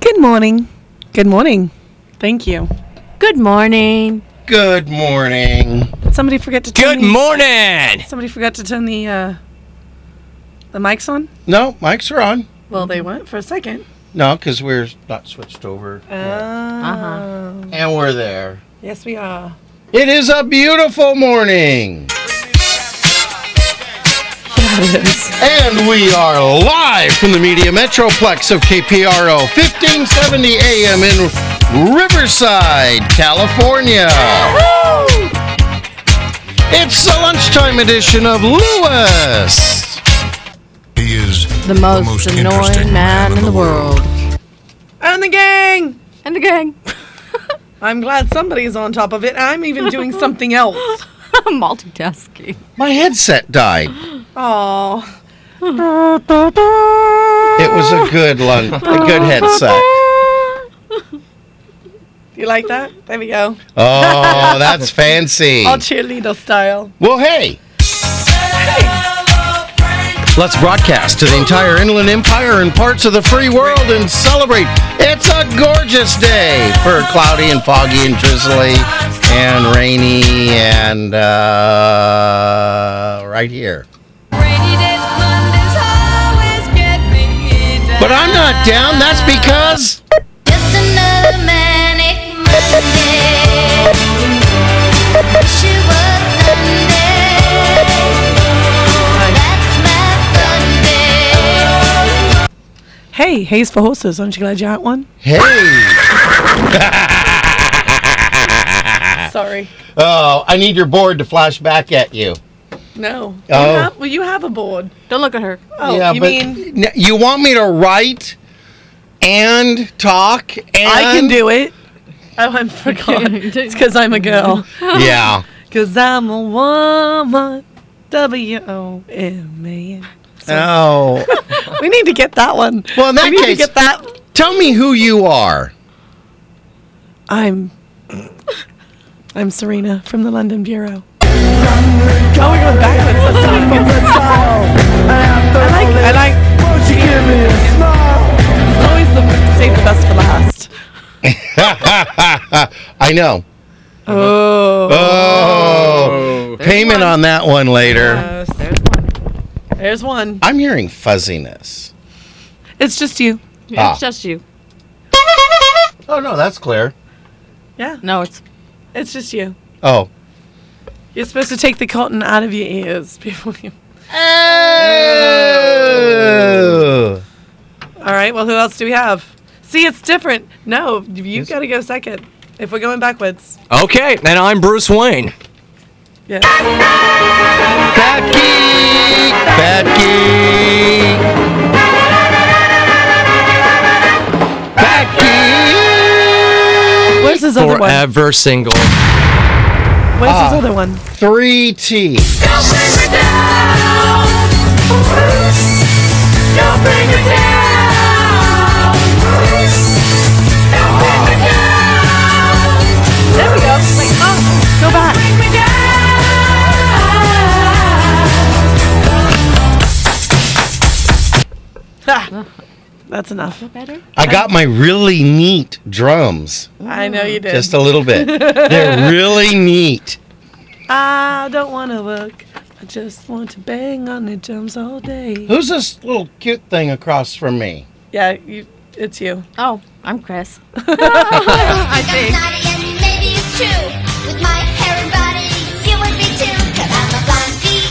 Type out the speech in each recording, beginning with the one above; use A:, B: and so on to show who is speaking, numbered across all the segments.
A: Good morning. Good morning. Thank you.
B: Good morning.
C: Good morning.
A: Did somebody forget to turn
D: Good
A: the,
D: morning.
A: somebody forgot to turn the uh, the mics on?
C: No, mics are on.
A: Well, they went for a second.
C: No, because we're not switched over.
A: Uh-huh.
C: And we're there.
A: Uh, Yes, we are.
C: It is a beautiful morning. And we are live from the Media Metroplex of KPRO, 1570 AM in Riverside, California. It's the lunchtime edition of Lewis.
E: He is
B: The most,
E: interesting
B: annoying man in the world.
A: And the gang.
B: And the gang.
A: I'm glad somebody's on top of it. I'm even doing something else.
B: Multitasking.
C: My headset died.
A: Oh,
C: It was a good lunch, a good headset.
A: you like that? There we go.
C: Oh, that's fancy.
A: All cheerleader style.
C: Well, hey. Let's broadcast to the entire Inland Empire and parts of the free world and celebrate. It's a gorgeous day for cloudy and foggy and drizzly and rainy and uh, right here. But I'm not down. That's because
F: Just another manic Monday. Wish it was Sunday. That's my fun day.
A: Hey, hay's for horses. Aren't you glad you aren't one?
C: hey.
A: Sorry.
C: Oh, I need your board to flash back at you.
A: No. You
C: Oh.
A: have- well, you have a board.
B: Don't look at her.
A: Oh, you
C: but
A: mean
C: n- you want me to write and talk? And
A: I can do it. Oh, I forgot. it's because I'm a girl.
C: Yeah.
A: Because I'm a woman. W O M A N.
C: Oh,
A: We need to get that one.
C: Well, in that
A: we need to
C: case-
A: get that.
C: tell me who you are.
A: I'm. I'm Serena from the London Bureau. Oh, we're going backwards. That's so cool. I like. I like. It's always the save the best for last.
C: I know.
A: Oh.
C: Oh, payment on that one later.
A: Yes, there's one. There's one.
C: I'm hearing fuzziness.
A: It's just you.
C: Ah.
B: It's just you.
C: Oh no, that's clear.
A: Yeah.
B: No, it's
A: It's just you.
C: Oh.
A: You're supposed to take the cotton out of your ears before you.
C: Oh.
A: All right. Well, who else do we have? See, it's different. No, you got to go second. If we're going backwards.
D: Okay, and I'm Bruce Wayne.
A: Yeah.
C: Bad geek. Bad geek. Bad geek.
A: Where's his other one?
D: Forever single.
A: Where's
C: Ah.
A: his other one?
C: Three T.
A: There we go. Like, oh, go back. Ha. That's enough.
B: better.
C: I got my really neat drums.
A: I know you did.
C: Just a little bit. They're really neat.
A: I don't want to work. I just want to bang on the drums all day.
C: Who's this little cute thing across from me?
A: Yeah, you. It's you.
B: Oh, I'm Chris.
F: I think. I'm snotty and maybe it's true. With my hair and body, you would be too. i I'm a blonde BL.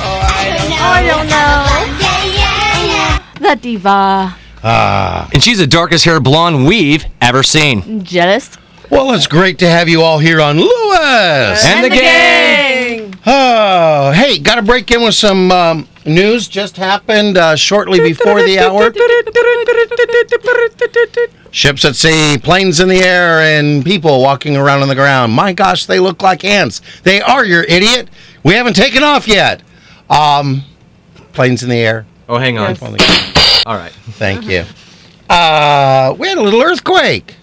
F: Oh, I, don't know. I don't know. yeah, yeah, yeah.
B: The diva.
C: Ah.
D: And she's the darkest hair blonde we've ever seen.
B: Jealous.
C: Well, it's great to have you all here on Lewis.
D: And the gang.
C: Oh, hey, got to break in with some um, news. Just happened uh, shortly before the hour. Ships at sea, planes in the air, and people walking around on the ground. My gosh, they look like ants. They are, your idiot. We haven't taken off yet. Um, planes in the air.
D: Oh, hang on.
C: On the ground.
D: All right.
C: Thank you. Uh, we had a little earthquake.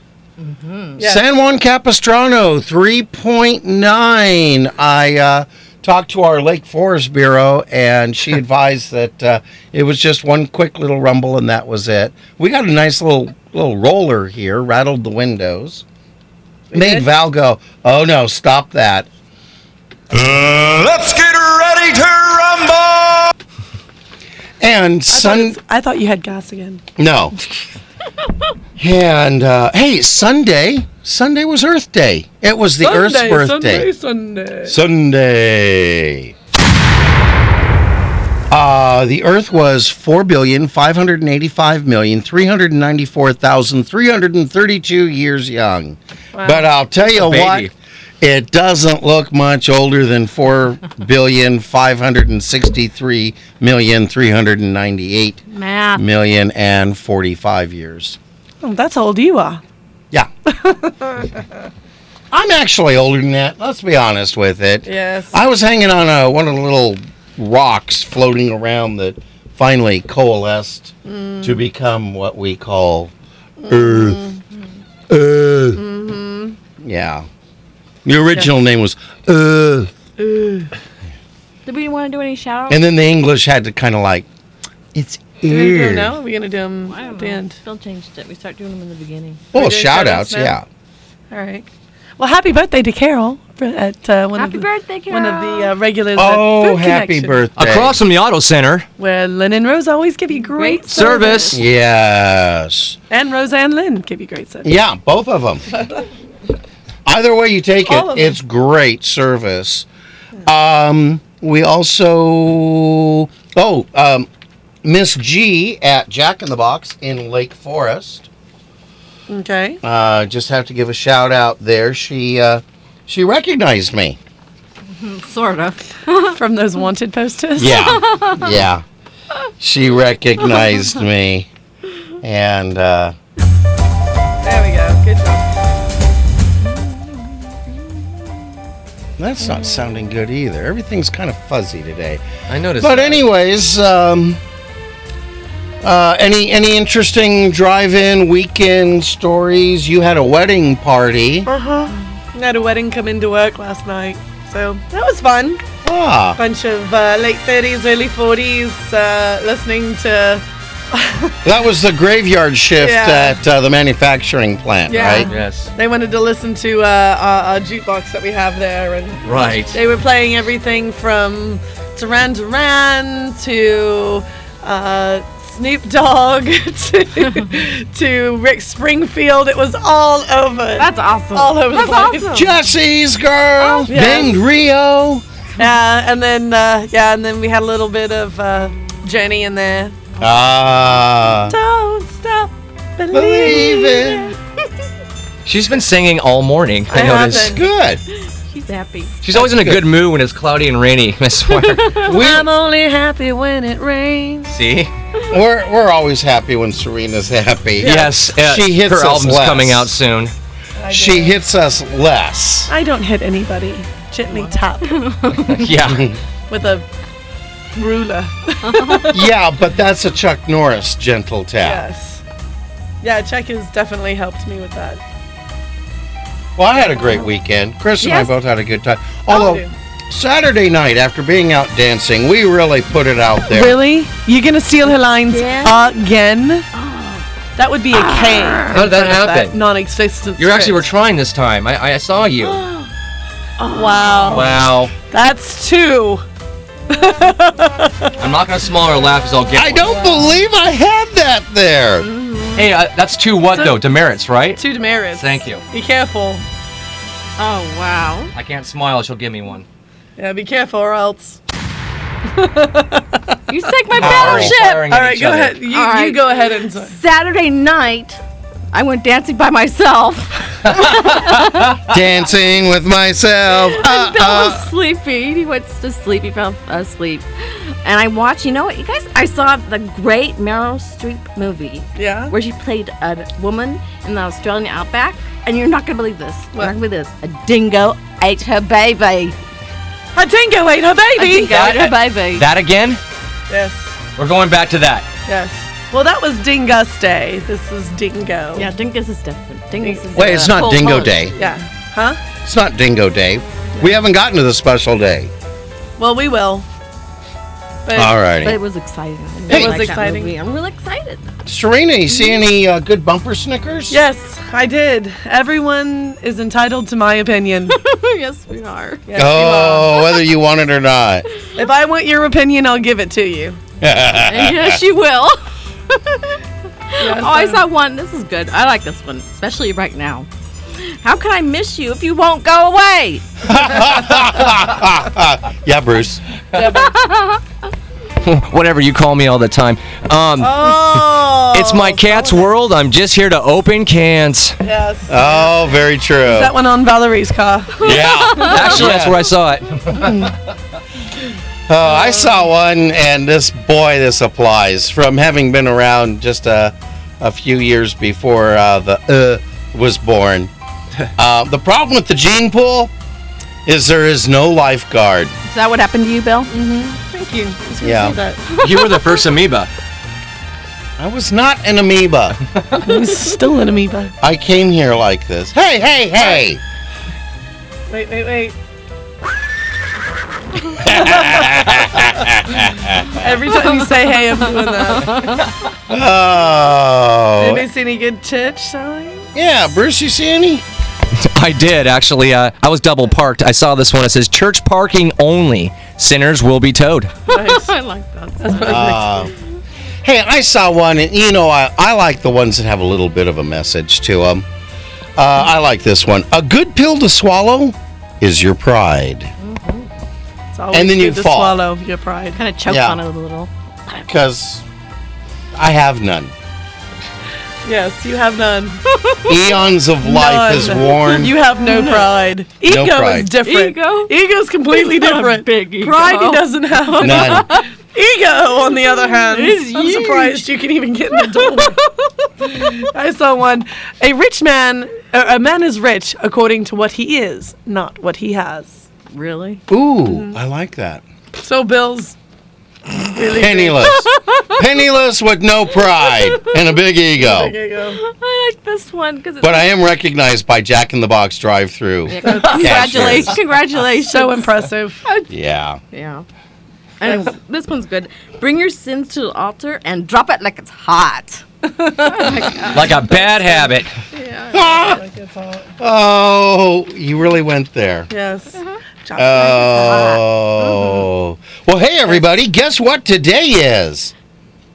A: Yeah.
C: San Juan Capistrano, 3.9. I uh, talked to our Lake Forest Bureau, and she advised that uh, it was just one quick little rumble, and that was it. We got a nice little little roller here, rattled the windows, made Val go, "Oh no, stop that!"
E: Uh, Let's get ready to rumble.
C: And
A: I
C: Sun,
A: thought, I thought you had gas again.
C: no. and uh, hey, Sunday, Sunday was Earth Day. It was the Earth's birthday.
A: Sunday.
C: Sunday. Uh, the Earth was 4,585,394,332 years young. But I'll tell you
D: baby.
C: what, it doesn't look much older than 4,563,398,000
B: Math.
C: million and 45 years.
A: Oh, that's how old you are.
C: Yeah. I'm actually older than that. Let's be honest with it.
A: Yes.
C: I was hanging on uh one of the little rocks floating around that finally coalesced
A: Mm.
C: to become what we call
A: Mm-hmm.
C: Earth. Earth.
A: Mm-hmm.
C: Yeah. The original name was Earth.
B: Did we want to do any shout outs?
C: And then the English had to kind of like, it's Earth.
A: Are we going to do them
B: I
A: at
B: don't
A: the
B: know.
A: end?
B: Still changed it. We start doing them in the beginning.
C: Well,
A: We're doing
C: shout outs,
A: shout-outs
C: yeah.
A: now? All right. Well, happy birthday to Carol for- at uh, one
B: Happy
A: of the,
B: birthday, Carol.
A: one of the uh, regulars. at
C: Oh,
A: Food
C: happy
A: Connection,
C: birthday.
D: Across from the auto center,
A: Where Lynn and Rose always give you great,
B: Great
D: service.
C: Yes.
A: and Rose and Lynn give you great service.
C: Yeah, both of them. Either way you take
A: All of
C: it,
A: them.
C: it's great service. Um, we also oh um, Miss G at Jack in the Box in Lake Forest.
A: Okay.
C: Uh, just have to give a shout out there. She uh, she recognized me.
B: Sort of.
A: From those wanted posters.
C: Yeah, yeah. She recognized me, and uh,
A: There we go. Good job.
C: that's not sounding good either. Everything's kind of fuzzy today.
D: I noticed.
C: But
D: that.
C: anyways, um, uh, any any interesting drive-in weekend stories? You had a wedding party.
A: Uh huh. Had a wedding come into work last night, so that was fun.
C: Ah,
A: Bunch of uh, late 30s, early 40s, uh, listening to
C: that was the graveyard shift
A: Yeah.
C: at uh, the manufacturing plant,
A: Yeah.
C: right?
D: Yes.
A: They wanted to listen to uh, our, our jukebox that we have there, and
D: Right.
A: they were playing everything from Duran Duran to uh, Snoop Dogg to, to Rick Springfield. It was all over.
B: That's awesome.
A: all over
B: That's
A: the place.
B: awesome.
C: Jesse's girl,
D: Oh,
A: yes.
C: named Rio.
A: Yeah, and then uh, yeah, and then we had a little bit of uh, Journey in there.
C: Ah,
A: Don't stop believing.
C: believe it.
D: She's been singing all morning. I,
A: I have
D: noticed.
A: been.
C: Good.
B: She's happy.
D: She's always in a good mood when it's cloudy and rainy. I swear.
C: Um,
A: I'm only happy when it rains.
D: See?
C: We're we're always happy when Serena's happy.
D: Yes. uh,
C: She hits
D: her
C: us
D: album's
C: less.
D: coming out soon.
C: She hits us less.
A: I don't hit anybody. Gently tap
D: yeah.
A: with a ruler.
C: yeah, but that's a Chuck Norris gentle tap.
A: Yes. Yeah, Czech has definitely helped me with that.
C: Well, I had a great weekend. Chris and
B: Yes.
C: I both had a good time.
B: Oh,
D: Oh,
C: Although
A: do.
C: Saturday night, after being out dancing, we really put it out there.
A: Really? You're gonna steal her lines
B: Yeah. Oh. Ah.
A: again? That would be a cane.
D: How did that happen?
A: non-existent.
D: You actually were
A: script.
D: trying this time. I, I saw you.
A: wow.
D: Wow.
A: That's two.
D: I'm not gonna smaller laugh as I'll get.
C: I
D: one.
C: don't believe I had that there.
D: Hey, uh, that's two what though? Demerits, right?
A: Two demerits.
D: Thank you.
A: Be careful.
B: Oh, wow.
D: I can't smile. She'll give me one.
A: Yeah, be careful or else.
B: You take my
D: Firing-
B: battleship.
D: Oh, firing at
A: All right,
D: each
A: go
D: other.
A: ahead. You,
B: All
A: you
B: right.
A: go ahead and
B: Saturday night, I went dancing by myself.
C: Dancing with myself. Uh,
B: Bill
C: uh.
B: was sleepy. He went to sleep. He fell asleep. And I watched, you know what, you guys? I saw the great Meryl Streep movie
A: Yeah.
B: where she played a woman in the Australian outback. And you're not going to believe this.
A: What?
B: You're not going to believe this. A dingo ate her baby.
A: A dingo ate her
B: A
A: baby.
B: dingo ate her baby.
D: That again?
A: Yes.
D: We're going back to that.
A: Yes. Well, that was Dingus Day. This is Dingo.
B: yeah, dingoes is different. Dingoes is
C: Wait, it's not
B: uh, full
C: Dingo
B: on.
C: Day.
A: Yeah. Huh?
C: It's not Dingo Day. We haven't gotten to the special day.
A: Well, we will. But
C: All righty.
B: But it was exciting. I really
C: Hey.
B: liked
A: It was
B: that
A: exciting.
B: movie. I'm really excited.
C: Serena, you see any uh, good bumper Snickers?
A: Yes, I did. Everyone is entitled to my opinion.
B: yes, we are.
A: Yes, you are.
C: Oh, whether you want it or not.
A: If I want your opinion, I'll give it to you.
B: yes, you will.
A: Yes,
B: oh, I
A: I'm-
B: saw one. This is good. I like this one, especially right now. How can I miss you if you won't go away?
C: yeah, Bruce.
D: Whatever you call me all the time. Um,
A: Oh,
D: it's my cat's world. I'm just here to open cans.
A: Yes.
C: Oh, very true.
A: that one on Valerie's car.
C: yeah.
D: Actually, that's where I saw it.
C: Oh, I saw one, and this boy, this applies from having been around just a, a few years before uh, the uh was born. Uh, the problem with the gene pool is there is no lifeguard.
B: Is that what happened to you, Bill?
A: Thank you.
C: Yeah.
D: You were the first amoeba.
C: I was not an amoeba.
A: He's still an amoeba.
C: I came here like this. Hey, hey, hey!
A: Wait, wait, wait. Every time you say hey, I'm doing that.
C: Oh,
A: Anybody see any good chitch, Sally?
C: yeah, Bruce, you see any?
D: I did actually. Uh, I was double parked. I saw this one. It says church parking only. Sinners will be towed.
A: Nice.
B: I like that.
A: That's what I
C: Uh, hey, I saw one, and you know, I, I like the ones that have a little bit of a message to them. Uh, I like this one. A good pill to swallow is your pride.
A: think. It's always
C: and then
A: good
C: you
A: to
C: fall.
A: swallow your pride.
B: Kind of choked
C: Yeah.
B: on it a little.
C: Because I have none.
A: Yes, you have none.
C: Eons of life is
A: None.
C: worn.
A: You have no pride. Ego
C: pride.
A: is different.
B: Ego?
A: Ego's completely different.
B: big ego.
A: Pride he doesn't have.
C: none.
A: Ego, on the other hand,
B: It's
A: I'm
B: huge.
A: surprised you can even get in the door. I saw one. A rich man, uh, a man is rich according to what he is, not what he has.
B: Really?
C: Ooh, I like that.
A: So Bill's really
C: Penniless. Penniless with no pride and a big ego.
A: big ego.
B: I like this one because it's
C: But I am recognized by Jack in the Box drive through.
B: congratulations. Congratulations.
A: So impressive.
C: Yeah.
B: Yeah. And it's- this one's good. Bring your sins to the altar and drop it like it's hot.
D: Like a bad habit.
C: Oh, you really went there.
A: Yes.
C: Oh. Well, hey, everybody. Guess what today is?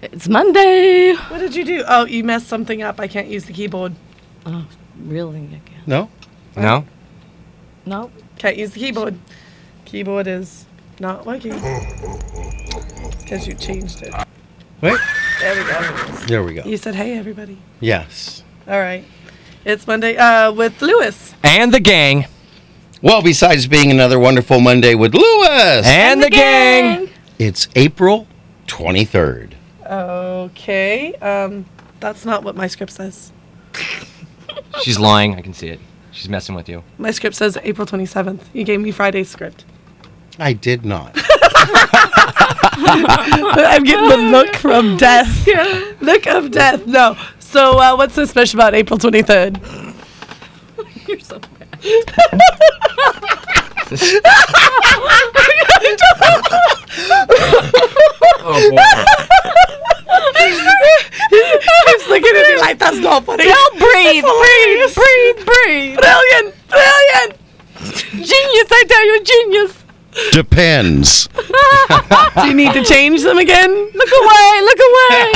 B: It's Monday.
A: What did you do? Oh, you messed something up. I can't use the keyboard.
B: Oh, Really? Again.
C: No?
D: No.
B: No.
A: Can't use the keyboard. Keyboard is not working. Because you changed it.
C: Wait.
A: There we go.
C: There we go.
A: You said, hey, everybody.
C: Yes.
A: All right. It's Monday uh, with Lewis.
D: And the gang.
C: Well, besides being another wonderful Monday with Lewis,
D: And, the, gang.
C: it's April 23rd.
A: Okay. Um, that's not what my script says.
D: She's lying. I can see it. She's messing with you.
A: My script says April 27th. You gave me Friday's script.
C: I did not.
A: I'm getting the look from death. Look of death. No. So, uh, what's so special about April 23rd?
B: You're so bad.
D: Oh boy.
A: He's looking at me like, that's not funny. Don't breathe. Please.
B: Breathe, breathe.
A: Brilliant. Brilliant.
B: Genius, I tell you, genius.
C: Depends.
A: Do you need to change them again?
B: Look away, look away.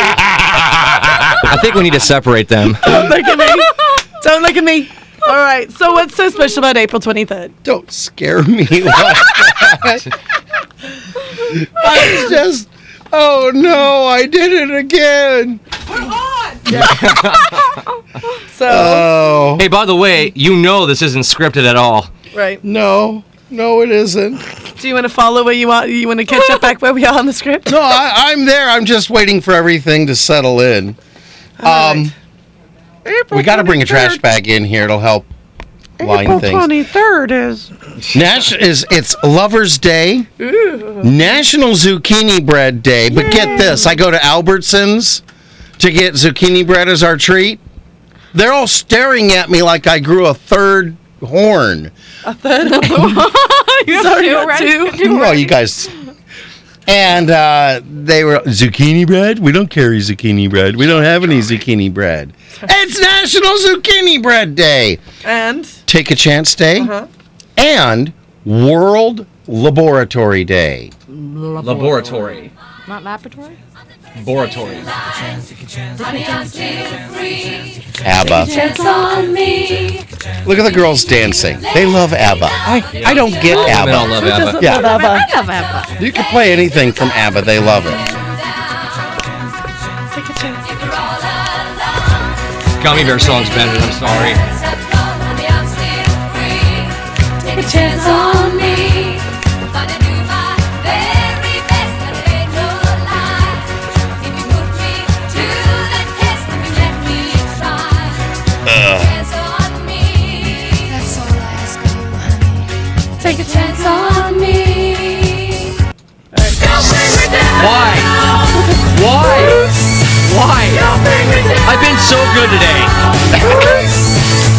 D: I think we need to separate them.
A: Don't look at me. Don't look at me. All right. So, what's so special about April 23rd?
C: Don't scare me. like that. I just, oh no, I did it again.
A: So,
C: Oh.
D: hey, by the way, you know this isn't scripted at all.
A: right.
C: No, no, it isn't.
A: Do you want to follow where you are? You want to catch up back where we are on the script?
C: No, I, I'm there. I'm just waiting for everything to settle in. Um, we got to bring a trash bag in here. It'll help line things.
A: 23rd is.
C: Nash is it's Lovers Day, National Zucchini Bread Day. But get this: I go to Albertsons to get zucchini bread as our treat. They're all staring at me like I grew a third horn.
B: you have two already? Two
C: Oh, you guys. And uh, they were zucchini bread. We don't carry zucchini bread. We don't have any zucchini bread. It's National Zucchini Bread Day.
A: And
C: Take a Chance Day, and World Laboratory Day.
D: Laboratory.
B: Not laboratory?
D: Laboratory.
C: ABBA. Look at the girls dancing. They love ABBA.
A: I, I don't get
C: Get
D: Women all
C: ABBA.
D: love ABBA.
C: Yeah.
B: I love ABBA.
C: You can play anything from ABBA. They love it.
D: Gummy Bear song's better. I'm sorry.
G: Take a chance on me.
D: Why? Why? Why? I've been so good today.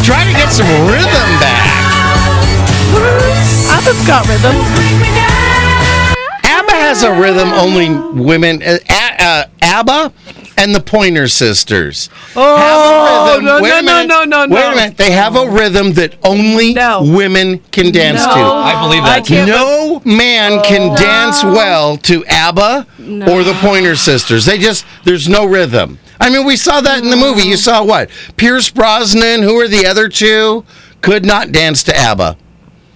C: Try to get some rhythm back.
A: ABBA's got rhythm.
C: ABBA has a rhythm only women. Uh, a- uh, ABBA and the Pointer Sisters.
A: Oh,
C: rhythm-
A: no,
C: wait
A: no,
C: a
A: no,
C: minute.
A: no, no, no.
C: Wait a minute. They have a rhythm that only
A: No.
C: women can dance to.
D: I believe
A: I
D: that.
A: can't Oh.
C: no man can dance well to ABBA or the Pointer Sisters. They just there's no rhythm. I mean, we saw that in the movie. You saw what? Pierce Brosnan. Who are the other two? Could not dance to ABBA.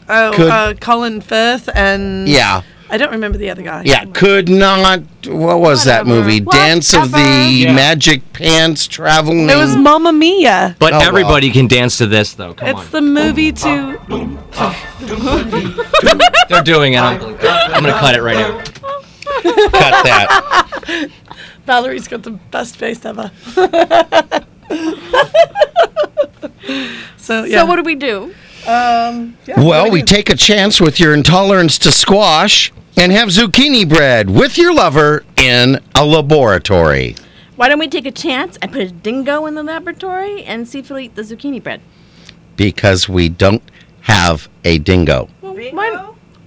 A: Oh,
C: Could-
A: uh, Colin Firth and
C: Yeah,
A: I don't remember the other guy.
C: yeah. Could not. What was that movie? Dance of the Magic Pants Traveling.
A: It was Mamma Mia.
D: But
C: Oh, wow.
D: everybody can dance to this, though. Come
A: It's
D: on.
A: the movie to
D: They're doing it. I'm, I'm going to cut it right now.
C: cut that.
A: Valerie's got the best face ever. so yeah.
B: So what do we do?
C: Well, we take a chance with your intolerance to squash and have zucchini bread with your lover in a laboratory.
B: Why don't we take a chance and put a dingo in the laboratory and see if he'll eat the zucchini bread?
C: because we don't have a dingo.
B: Well, why-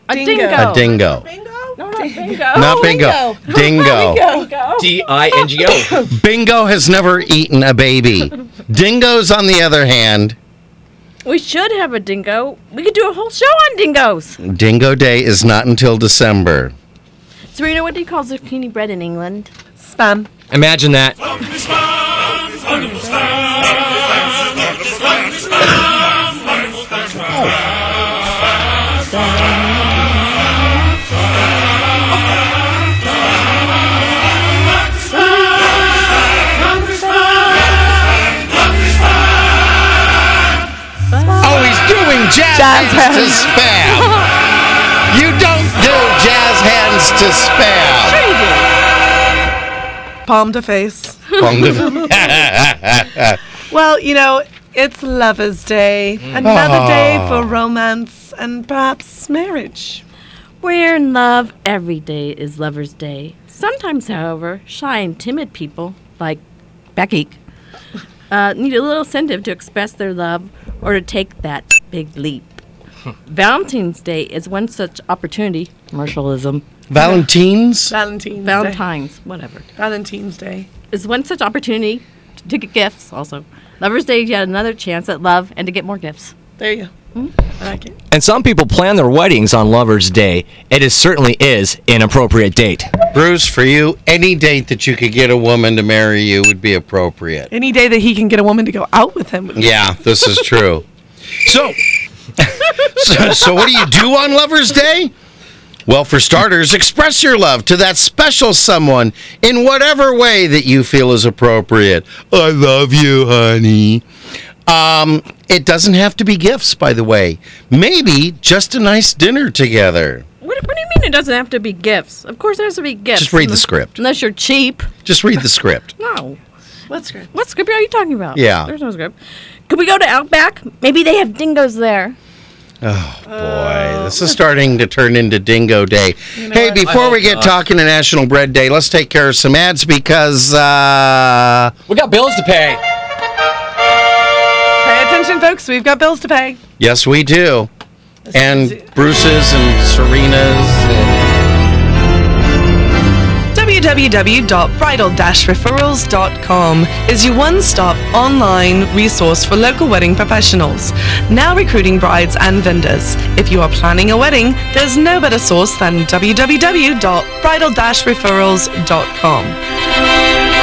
B: A
A: Dingo.
B: dingo.
C: A dingo.
B: No, not bingo.
C: Not bingo. Dingo.
B: Bingo.
D: D I N G O.
C: Bingo has never eaten a baby. Dingoes, on the other hand,
B: We should have a dingo. We could do a whole show on dingoes.
C: Mm. Dingo Day is not until December.
B: Serena, what do you call zucchini bread in England?
A: spam?
D: Imagine that.
C: Oh, he's doing jazz,
A: Jazz
C: hands to spam. You don't do jazz hands to spam.
A: Palm to face.
C: Bongo-
A: Well, you know, it's Lover's Day.
C: Mm.
A: Another
C: Ah.
A: day for romance and perhaps marriage.
B: We're in love. Every day is Lover's Day. Sometimes, however, shy and timid people, like Becky, uh, need a little incentive to express their love or to take that big leap. Valentine's Day is one such opportunity. Commercialism.
C: Valentines?
A: Valentine's Day.
B: Valentine's, whatever.
A: Valentine's Day.
B: Is one such opportunity to get gifts, also. Lover's Day is yet another chance at love and to get more gifts.
A: There you go. I like it.
D: And some people plan their weddings on Lover's Day. It is certainly is an appropriate date.
C: Bruce, for you, any date that you could get a woman to marry you would be appropriate.
A: Any day that he can get a woman to go out with him.
C: Yeah, this is true. so, so, so what do you do on Lover's Day? Well, for starters, express your love to that special someone in whatever way that you feel is appropriate. I love you, honey. Um, it doesn't have to be gifts, by the way. Maybe just a nice dinner together.
B: What, what do you mean it doesn't have to be gifts? Of course, it has to be gifts.
C: Just read the script.
B: Unless you're cheap.
C: Just read the script.
B: No.
A: What's good?
B: What script are you talking about?
C: Yeah.
B: There's no script. Could we go to Outback? Maybe they have dingoes there.
C: Boy, this is starting to turn into Dingo Day. hey, before we get talking to National Bread Day, let's take care of some ads because uh,
D: We got bills to pay.
A: Pay attention, folks. We've got bills to pay.
C: Yes, we do. and Bruce's and Serena's. And
A: www.bridal-referrals.com is your one-stop online resource for local wedding professionals, now recruiting brides and vendors. If you are planning a wedding, there's no better source than www.bridal-referrals.com.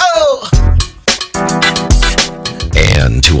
C: Oh. And to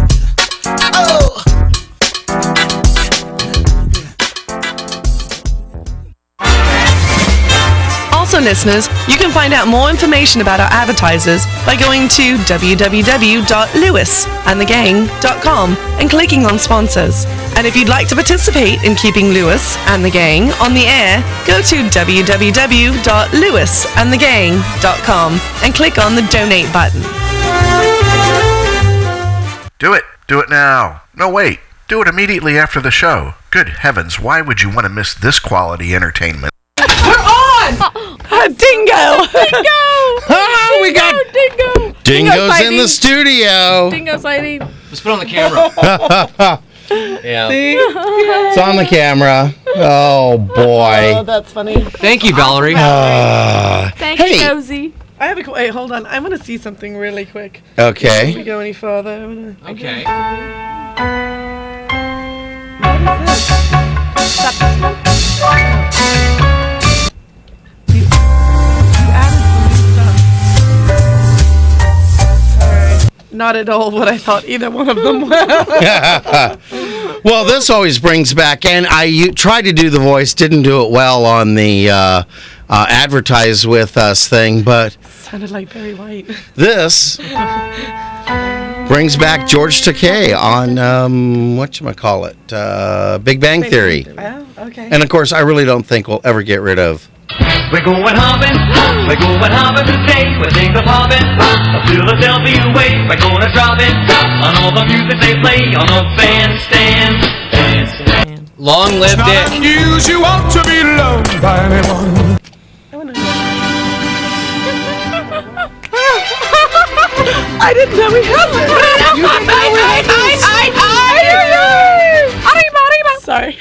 A: Also, listeners, you can find out more information about our advertisers by going to www.lewisandthegang.com and clicking on sponsors. And if you'd like to participate in keeping Lewis and the Gang on the air, go to www.lewisandthegang.com and click on the donate button.
H: Do it. Do it now. No, wait. Do it immediately after the show. Good heavens, why would you want to miss this quality entertainment?
A: We're on! dingo! Dingo!
C: Oh, we got
B: Dingo!
C: dingoes in
B: fighting.
C: the studio.
B: Dingo sighting.
D: Just put on the camera. yeah.
C: It's on the camera. Oh boy.
A: that's funny.
D: Thank you, Valerie.
C: Uh,
B: Thank
C: Hey.
B: you, Josie.
A: I have a qu- wait. Hold on. I want to see something really quick. If we
C: okay.
A: go any further, I wanna-
D: Okay.
A: not at all what I thought either one of them were.
C: Well, this always brings back, and I u- tried to do the voice, didn't do it well on the uh, uh, advertise with us thing, but
A: Sounded like Barry White.
C: this brings back George Takei on um, what you call it, uh, Big Bang Theory,
A: Oh, okay.
C: and of course, I really don't think we'll ever get rid of.
I: We're going hopping, we're going hopping today. We're things are popping, the Philadelphia way. We're gonna drop it on all the music they play on the bandstand. bandstand.
D: Long live Dick.
E: News you ought to be loved by anyone.
A: I didn't know we had this. you didn't know we had this. Sorry.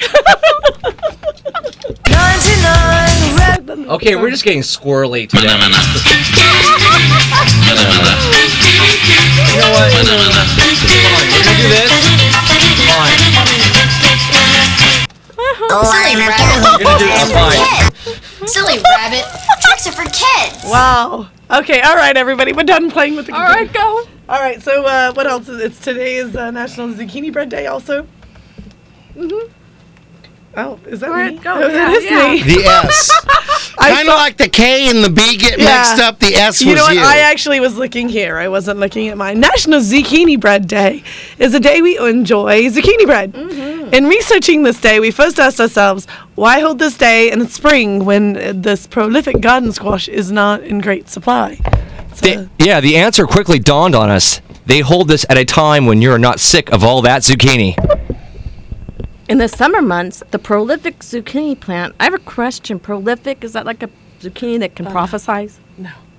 D: Okay, we're just getting squirrely today. You know what? Fine. We're gonna do this. Fine.
F: Silly rabbit.
D: We're gonna do this. Fine.
F: Silly rabbit. Tricks are for kids.
A: Wow. Okay. All right, everybody. We're done playing with the.
B: All right, go.
A: All right. So, uh, what else? Is, it's today is uh, National Zucchini Bread Day, also.
B: Mhm.
A: Oh, is that
B: Where'd
A: me?
B: it go?
A: Oh, that
B: Yeah,
A: is
B: yeah.
A: me.
C: The S.
A: I
C: Kind of like the K and the B get
A: Yeah.
C: mixed up. The S was
A: You know what?
C: you.
A: I actually was looking here. I wasn't looking at mine. National Zucchini Bread Day is a day we enjoy zucchini bread.
C: Mm-hmm.
E: In researching this day, we first asked ourselves why hold this day in spring when uh, this prolific garden squash is not in great supply? So,
D: The- yeah, the answer quickly dawned on us. They hold this at a time when you're not sick of all that zucchini.
B: In the summer months, the prolific zucchini plant. I have a question. Prolific is that like a zucchini that can prophesize?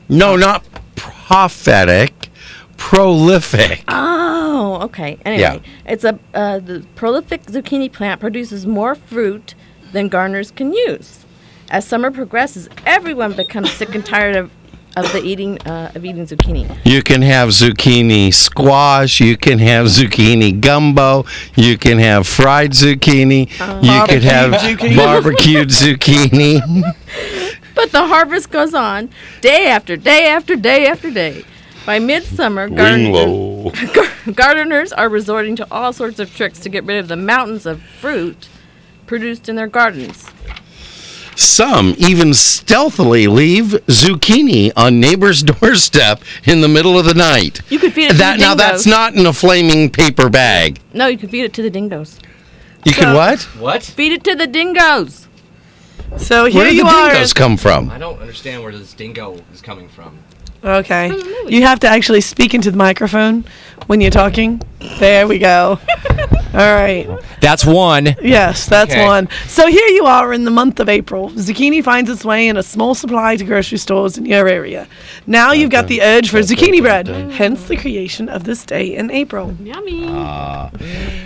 C: No, not prophetic, prolific.
B: Oh, okay. Anyway, it's a uh, the prolific zucchini plant produces more fruit than gardeners can use. As summer progresses, everyone becomes sick and tired of, of the eating uh, of eating zucchini.
C: You can have zucchini squash. You can have zucchini gumbo. You can have fried zucchini.
B: Uh-huh.
C: you could have
E: Barbecued zucchini.
C: barbecued zucchini.
B: But the harvest goes on day after day after day after day. By midsummer, gardeners, gardeners are resorting to all sorts of tricks to get rid of the mountains of fruit produced in their gardens.
C: Some even stealthily leave zucchini on neighbor's doorstep in the middle of the night.
B: You could feed it to
C: That
B: the
C: now that's
B: dingoes.
C: not in a flaming paper bag.
B: No, you can feed it to the dingoes.
C: You can what?
D: What?
B: Feed it to the dingoes.
E: so here
C: Where did
E: you
C: the
E: are.
C: dingoes come from?
D: I don't understand where this dingo is coming from.
E: Okay. You have to actually speak into the microphone when you're talking. There we go. All right.
D: That's one.
E: Yes, that's
D: Okay.
E: one. So here you are in the month of April. Zucchini finds its way in a small supply to grocery stores in your area. Now you've got the urge for zucchini bread, hence the creation of this day in April.
B: Yummy.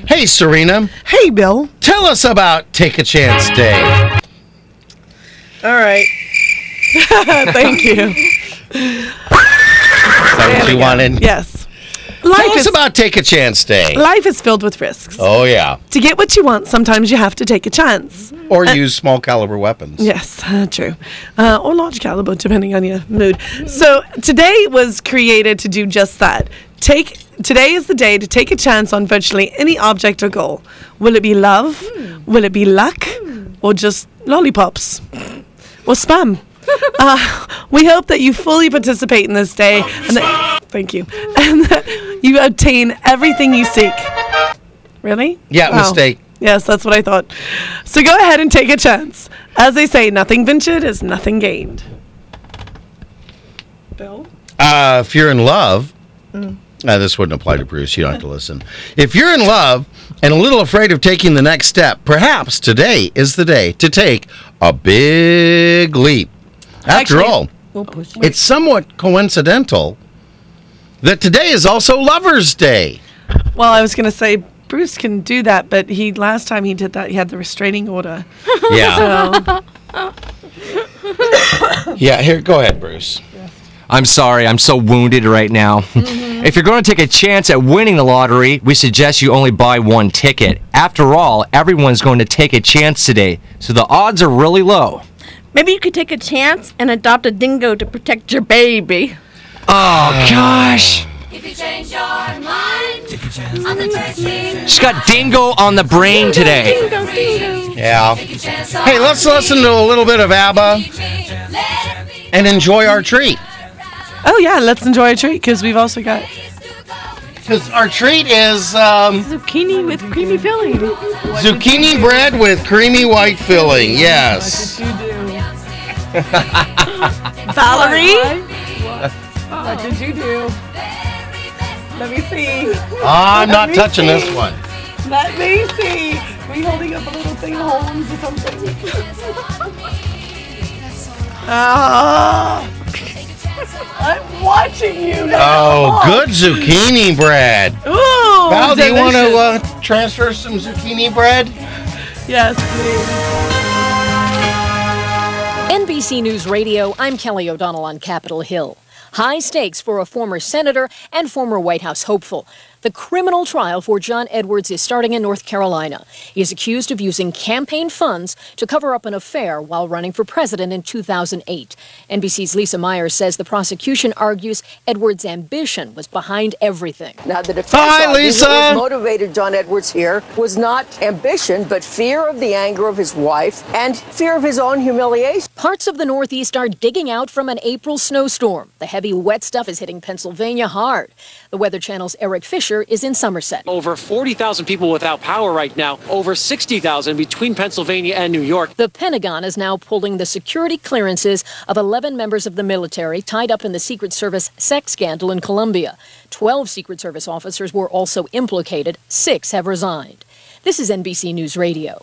C: Hey, Serena,
E: Hey, Bill.
C: tell us about Take a Chance Day.
E: All right. Thank you.
C: Is that what you wanted?
E: Yes. Life
C: Tell us
E: is,
C: about Take a Chance Day.
E: life is filled with risks.
C: Oh yeah,
E: To get what you want, sometimes you have to take a chance.
C: or use small caliber weapons.
E: Yes, uh, true. Uh, or large caliber, depending on your mood. So today was created to do just that. Take today is the day to take a chance on virtually any object or goal. Will it be love? Will it be luck? Or just lollipops? or spam? uh, we hope that you fully participate in this day and that, thank you and that you obtain everything you seek. Really?
C: Yeah,
E: Wow.
C: mistake.
E: Yes, that's what I thought. So go ahead and take a chance. As they say, nothing ventured is nothing gained. Bill?
C: Uh, if you're in love, uh, this wouldn't apply to Bruce. You don't have to listen. If you're in love and a little afraid of taking the next step, perhaps today is the day to take a big leap. After
E: Actually-
C: all,
B: We'll push it.
C: it's somewhat coincidental that today is also Lover's Day.
E: Well, I was going to say Bruce can do that, but he last time he did that, he had the restraining order. Um,
C: Yeah.
E: So,
C: yeah, here, go ahead, Bruce.
D: I'm sorry, I'm so wounded right now. if you're going to take a chance at winning the lottery, we suggest you only buy one ticket. After all, everyone's going to take a chance today, so the odds are really low.
B: Maybe you could take a chance and adopt a dingo to protect your baby.
D: Oh gosh,
G: If you change your mind on the next thing,
D: she's got dingo on the brain today.
G: go free.
C: Yeah.
G: Take a chance
C: Hey,
G: on
C: let's
G: me.
C: listen to a little bit of ABBA
G: Let it be
C: and enjoy our treat.
E: oh, yeah, let's enjoy a treat because we've also got.
C: Because our treat is um,
B: Zucchini with creamy filling.
C: zucchini bread with creamy white filling. Yes.
B: Valerie?
E: What did you do? Let me see.
C: Ah, I'm not
E: me
C: touching this
E: see.
C: one.
E: Let me see. Are you holding up a little thing, Holmes, or something? Ah! I'm watching you
C: Oh, good zucchini bread.
E: Ooh,
C: Oh. Val, do you want to
E: delicious.
C: uh, transfer some zucchini bread?
E: Yes, please.
J: NBC News Radio, I'm Kelly O'Donnell on Capitol Hill. High stakes for a former senator and former White House hopeful. The criminal trial for John Edwards is starting in North Carolina. He is accused of using campaign funds to cover up an affair while running for president in 2008. NBC's Lisa Meyer says the prosecution argues Edwards' ambition was behind everything.
A: Now, the defense
C: Hi,
A: argues
C: Lisa.
A: What motivated John Edwards here was not ambition, but fear of the anger of his wife and fear of his own humiliation.
J: Parts of the Northeast are digging out from an April snowstorm. The heavy, wet stuff is hitting Pennsylvania hard. The Weather Channel's Eric Fisher
K: Center is in Somerset.
L: Over 40,000 people without power right now, over 60,000 between Pennsylvania and New York.
K: The Pentagon is now pulling the security clearances of 11 members of the military tied up in the Secret Service sex scandal in Colombia. 12 Secret Service officers were also implicated, six have resigned. This is NBC News Radio.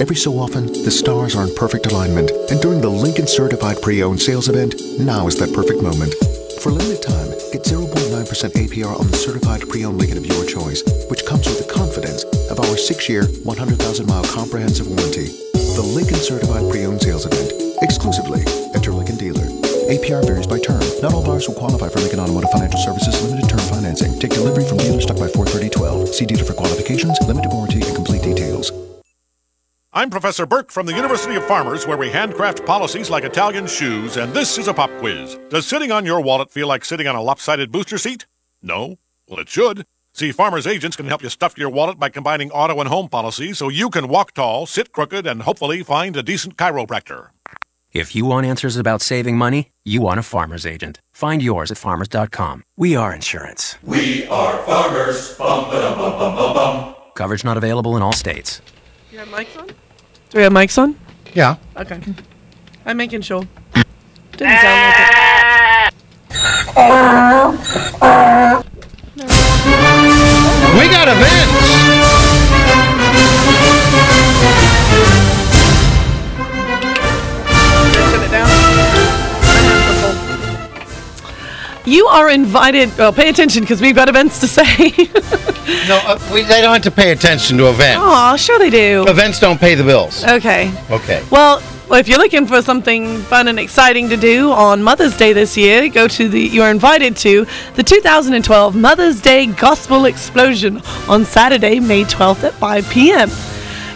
J: Every so often, the stars are in perfect alignment, and during the Lincoln Certified Pre-Owned Sales Event, now is that perfect moment. For a limited time, get 0.9% APR on the certified pre-owned Lincoln of your choice, which comes with the confidence of our six-year, 100,000-mile comprehensive warranty. The Lincoln Certified Pre-Owned Sales Event, exclusively at your Lincoln dealer. APR varies by term. Not all buyers will qualify for Lincoln Automotive Financial Services limited term financing. Take delivery from dealer stock by 43012. See dealer for qualifications, limited warranty, and complete details.
M: I'm Professor Burke from the University of Farmers, where we handcraft policies like Italian shoes, and this is a pop quiz. Does sitting on your wallet feel like sitting on a lopsided booster seat? No? Well, it should. See, farmers agents can help you stuff your wallet by combining auto and home policies so you can walk tall, sit crooked, and hopefully find a decent chiropractor.
N: If you want answers about saving money, you want a farmer's agent. Find yours at farmers.com. We are insurance.
I: We are farmers. Bum, ba-dum, bum, bum, bum, bum.
N: Coverage not available in all states.
A: You have mics on? Do we have mics on?
C: Yeah.
A: Okay. I'm making sure. Ah. Didn't sound like it.
C: We got events.
A: You are invited. Well, pay attention because we've got events to say.
C: No, uh, we, they don't have to pay attention to events.
A: Aw, sure they do.
C: Oh. Events don't pay the bills.
A: Okay.
C: Okay.
A: Well, if you're looking for something fun and exciting to do on Mother's Day this year, go to the you're invited to the 2012 Mother's Day Gospel Explosion on Saturday, May 12th at 5 p.m.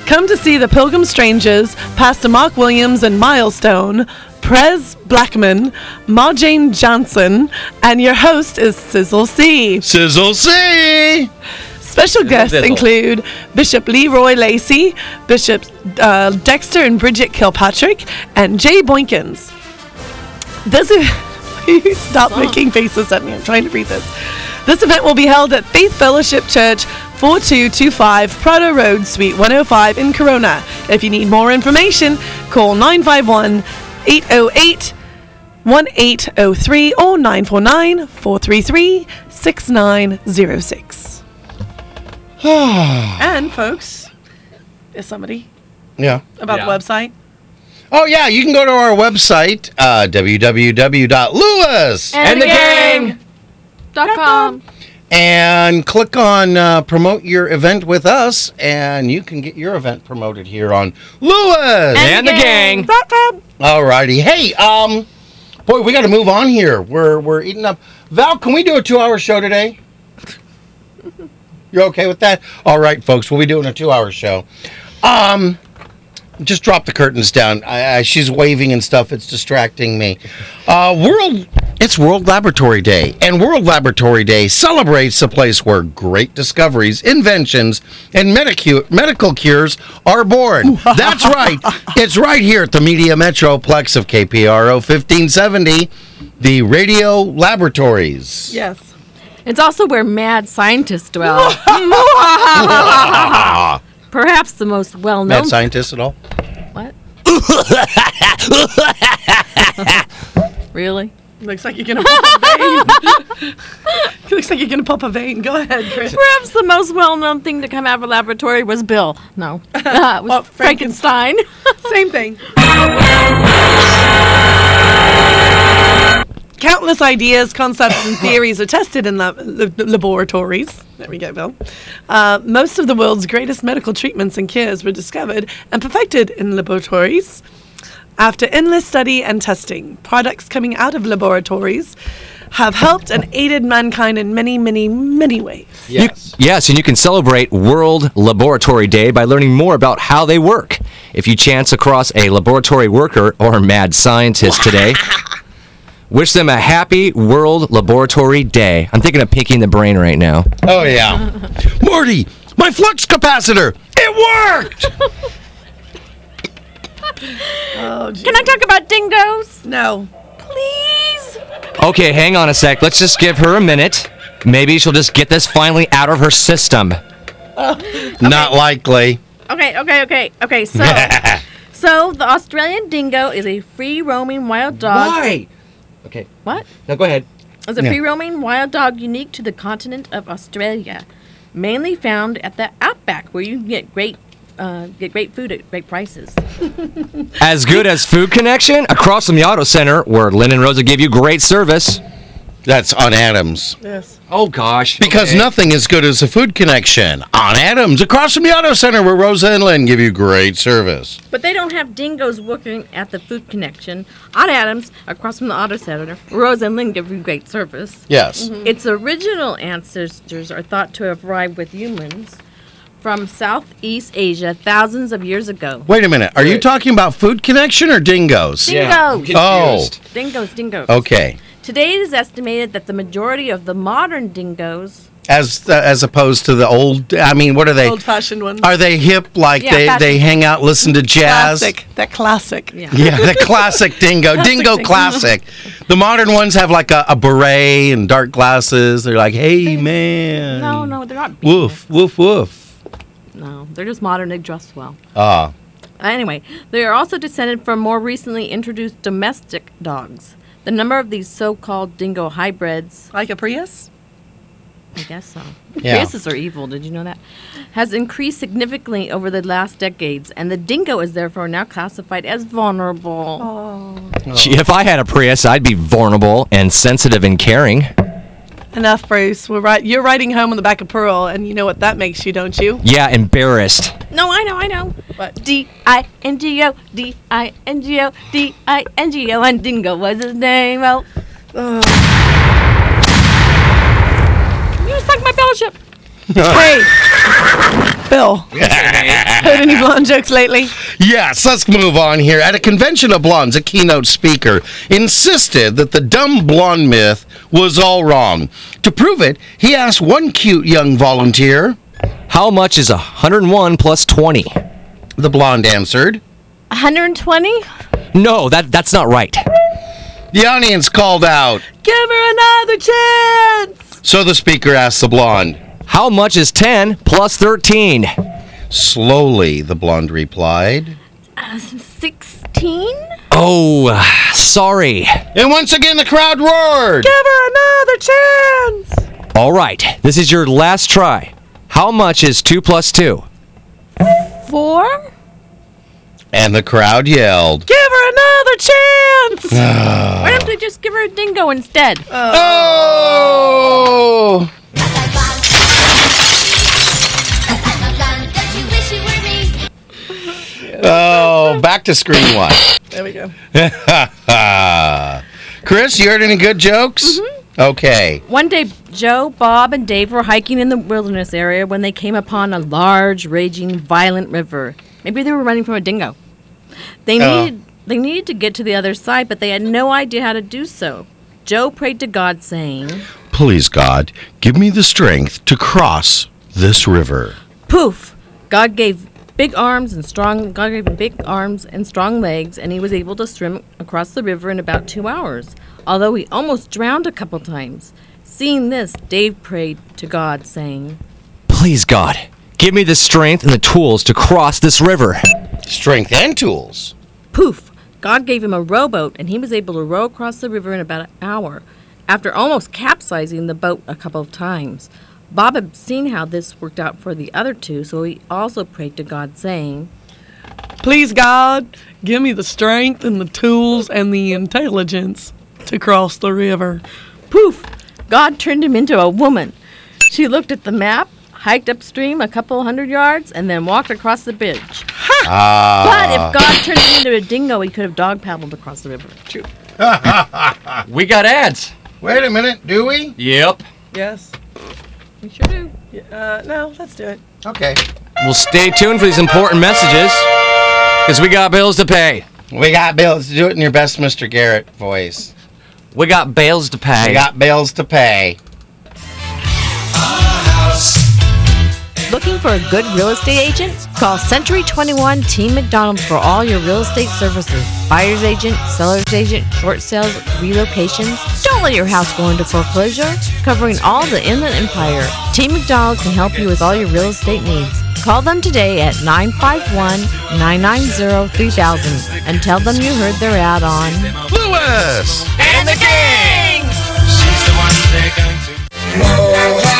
A: Come to see the Pilgrim Strangers, Pastor Mark Williams and Milestone, Prez Blackman, Marjane Johnson, and your host is Sizzle C.
C: Sizzle C.
A: Special guests
C: Sizzle.
A: include Bishop Leroy Lacey, Bishop uh, Dexter and Bridget Kilpatrick, and Jay Boykins. This is. Please stop making faces at me. I'm trying to read this. This event will be held at Faith Fellowship Church, 4225 Prado Road, Suite 105 in Corona. If you need more information, call 951 808 1803 or 949 433 6906. And, folks, is somebody
C: Yeah.
A: about the website?
C: Oh yeah, you can go to our website, uh, www.lewis
B: Dot com.
C: and click on uh, promote your event with us, and you can get your event promoted here on Lewis
I: And the gang.
C: Alrighty, hey, um, boy, we got to move on here. We're we're eating up. Val, can we do a two-hour show today? You're okay with that? All right, folks, we'll be doing a two-hour show. Um, just drop the curtains down. I, I, she's waving and stuff. It's distracting me. Uh, World, it's World Laboratory Day, and World Laboratory Day celebrates the place where great discoveries, inventions, and medicu- medical cures are born. That's right. It's right here at the Media Metroplex of KPRO 1570, the Radio Laboratories.
A: Yes.
B: It's also where mad scientists dwell. Perhaps the most well known.
C: Mad scientist at all?
B: What? really?
A: Looks like you're gonna pop a vein. Looks like you're gonna pop a vein. Go ahead, Chris.
B: Perhaps the most well known thing to come out of a laboratory was Bill. No. Uh, it was Frankenstein.
A: Same thing. Countless ideas, concepts, and theories are tested in lab- lab- laboratories. There we go, Bill. Uh, most of the world's greatest medical treatments and cures were discovered and perfected in laboratories. After endless study and testing, products coming out of laboratories have helped and aided mankind in many, many, many ways.
C: Yes.
D: yes, and you can celebrate World Laboratory Day by learning more about how they work. If you chance across a laboratory worker or mad scientist today, wish them a happy World Laboratory Day. I'm thinking of pinking the brain right now.
C: Oh yeah, Morty, my flux capacitor, it worked.
B: Can I talk about dingoes?
A: No.
B: Please.
D: Okay, hang on a sec. Let's just give her a minute. Maybe she'll just get this finally out of her system. Not likely.
B: Okay, okay, okay, okay. So, so the Australian dingo is a free roaming wild dog.
O: Why? Okay.
B: What?
O: Now go ahead.
B: Is a
O: Yeah.
B: free roaming wild dog unique to the continent of Australia, mainly found at the outback where you can get great uh, get great food at great prices.
D: As good as Food Connection across from the Auto Center, where Lynn and Rosa give you great service.
C: That's on Adams.
A: Yes.
C: Oh gosh. Because nothing is good as a food connection on Adams across from the Auto Center, where Rosa and Lynn give you great service.
B: But they don't have dingoes working at the Food Connection on Adams across from the Auto Center. Rose and Lynn give you great service.
C: Yes. Mhm.
B: Mm-hmm. Its original ancestors are thought to have arrived with humans from Southeast Asia thousands of years ago.
C: Wait a minute. Are you talking about food connection or dingoes?
B: Dingoes.
C: Oh.
B: Dingoes, dingoes.
C: Okay.
B: Today it is estimated that the majority of the modern dingoes
C: As the, as opposed to the old. I mean, what are they?
A: Old-fashioned ones.
C: Are they hip? Like
A: Yeah,
C: they
A: fashion.
C: they hang out, listen to jazz.
A: Classic. That classic.
C: Yeah, the classic dingo.
A: Classic
C: dingo
A: dingo.
C: classic. The modern ones have like a, a beret and dark glasses. They're like, hey, man.
B: No, no, they're not
C: Mm. Woof, woof, woof.
B: no, they're just modern, they dress well.
C: Ah.
B: Anyway, they are also descended from more recently introduced domestic dogs. The number of these so-called dingo hybrids,
A: like a Prius,
B: I guess so.
A: Yeah.
B: Priuses are evil. Did you know that? Has increased significantly over the last decades, and the dingo is therefore now classified as vulnerable.
D: Gee, If I had a Prius, I'd be vulnerable and sensitive and caring.
A: Enough, Bruce. We're right. You're riding home on the back of Pearl, and you know what that makes you, don't you?
D: Yeah, embarrassed.
B: No, I know, I know. What? D I N G O, D I N G O, D I N G O, and Dingo was his name. Well, you suck my fellowship.
A: hey, Bill. Heard any blonde jokes lately?
C: Yes, let's move on here. At a convention of blondes, a keynote speaker insisted that the dumb blonde myth was all wrong. To prove it, he asked one cute young volunteer,
D: How much is 101 plus 20?
C: The blonde answered,
B: 120?
D: No, that that's not right.
C: The audience called out.
A: Give her another chance.
C: So the speaker asked the blonde,
D: How much is 10 plus 13?
C: Slowly, the blonde replied.
B: Uh, 16?
D: Oh, sorry.
C: And once again, the crowd roared. Give
A: her another chance.
D: All right, this is your last try. How much is 2 plus 2?
B: Four?
C: And the crowd yelled.
A: Give her another chance.
B: Why don't they just give her a dingo instead?
C: Oh! Oh, back to screen one.
A: There we go.
C: Chris, you heard any good jokes?
A: Mm-hmm.
C: Okay.
B: One day, Joe, Bob, and Dave were hiking in the wilderness area when they came upon a large, raging, violent river. Maybe they were running from a dingo. They
P: Oh.
B: needed they needed to get to the other side, but they had no idea how to do so. Joe prayed to God, saying,
C: Please, God, give me the strength to cross this river.
B: "Poof!" God gave big arms and strong. God gave him big arms and strong legs, and he was able to swim across the river in about two hours. Although he almost drowned a couple times. Seeing this, Dave prayed to God, saying,
D: Please God, give me the strength and the tools to cross this river.
C: Strength and tools.
B: Poof! God gave him a rowboat, and he was able to row across the river in about an hour. After almost capsizing the boat a couple of times, Bob had seen how this worked out for the other two, so he also prayed to God, saying,
A: Please, God, give me the strength and the tools and the intelligence to cross the river.
B: Poof! God turned him into a woman. She looked at the map, hiked upstream a couple hundred yards, and then walked across the bridge. But if God turned him into a dingo, he could have dog paddled across the river. True.
D: we got ads.
C: Wait a minute, do we?
D: Yep.
A: Yes.
B: We sure do.
A: Uh, no, let's do it.
C: Okay.
D: Well, stay tuned for these important messages because we got bills to pay.
C: We got bills. Do it in your best Mr. Garrett voice.
D: We got bills to pay.
C: We got bills to pay.
O: Looking for a good real estate agent? Call Century 21 Team McDonald for all your real estate services buyer's agent, seller's agent, short sales, relocations. Don't let your house go into foreclosure. Covering all the Inland Empire, Team McDonald can help you with all your real estate needs. Call them today at 951 990 3000 and tell them you heard their ad on
C: Lewis!
O: and the gang.
I: She's the one they're going to.
C: E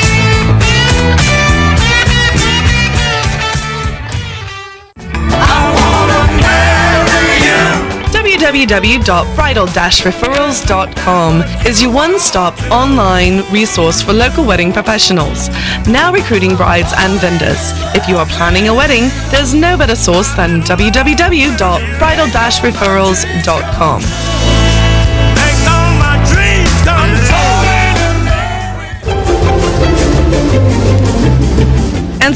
A: www.bridal-referrals.com is your one-stop online resource for local wedding professionals, now recruiting brides and vendors. If you are planning a wedding, there's no better source than www.bridal-referrals.com. And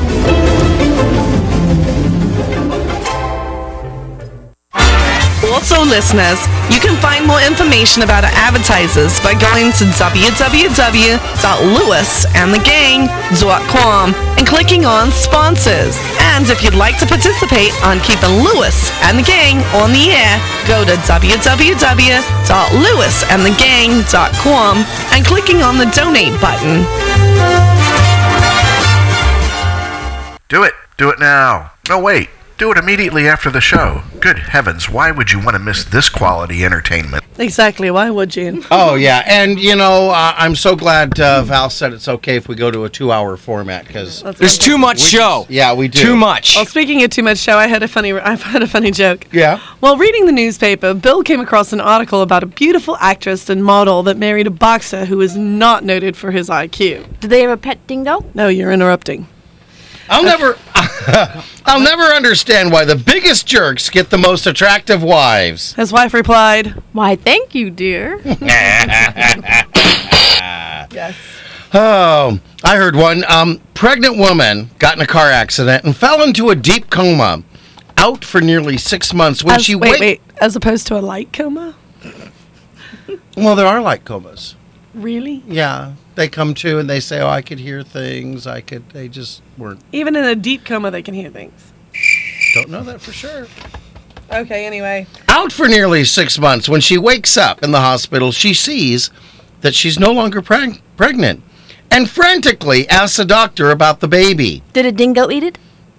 A: Also, listeners, you can find more information about our advertisers by going to www.lewisandthegang.com and clicking on Sponsors. And if you'd like to participate on keeping Lewis and the Gang on the air, go to www.lewisandthegang.com and clicking on the Donate button.
H: Do it. Do it now. No, wait. Do it immediately after the show. Good heavens, why would you want to miss this quality entertainment?
A: Exactly. Why would you?
C: Oh yeah, and you know uh, I'm so glad uh, Val said it's okay if we go to a two-hour format because
A: There's too
D: much show.
C: Yeah, we do
D: Too much.
A: Well, speaking of too much show, I had a funny. I've had a funny joke.
C: Yeah.
A: While reading the newspaper, Bill came across an article about a beautiful actress and model that married a boxer who is not noted for his IQ.
B: Do they have a pet dingo?
A: No, you're interrupting.
C: I'll never, I'll never understand why the biggest jerks get the most attractive wives.
A: His wife replied,
B: Why, thank you, dear.
C: yes. Oh, I heard one. Um, pregnant woman got in a car accident and fell into a deep coma, out for nearly six months. When
A: As-
C: she
A: wait,
C: wake-
A: wait, as opposed to a light coma,
C: well, there are like comas.
A: really?
C: Yeah, they come to and they say, "Oh, I could hear things. I could." They just weren't.
A: Even in a deep coma, they can hear things.
C: Don't know that for sure.
A: Okay. Anyway.
C: Out for nearly six months, when she wakes up in the hospital, she sees that she's no longer preg- pregnant, and frantically asks the doctor about the baby.
B: Did a dingo eat it?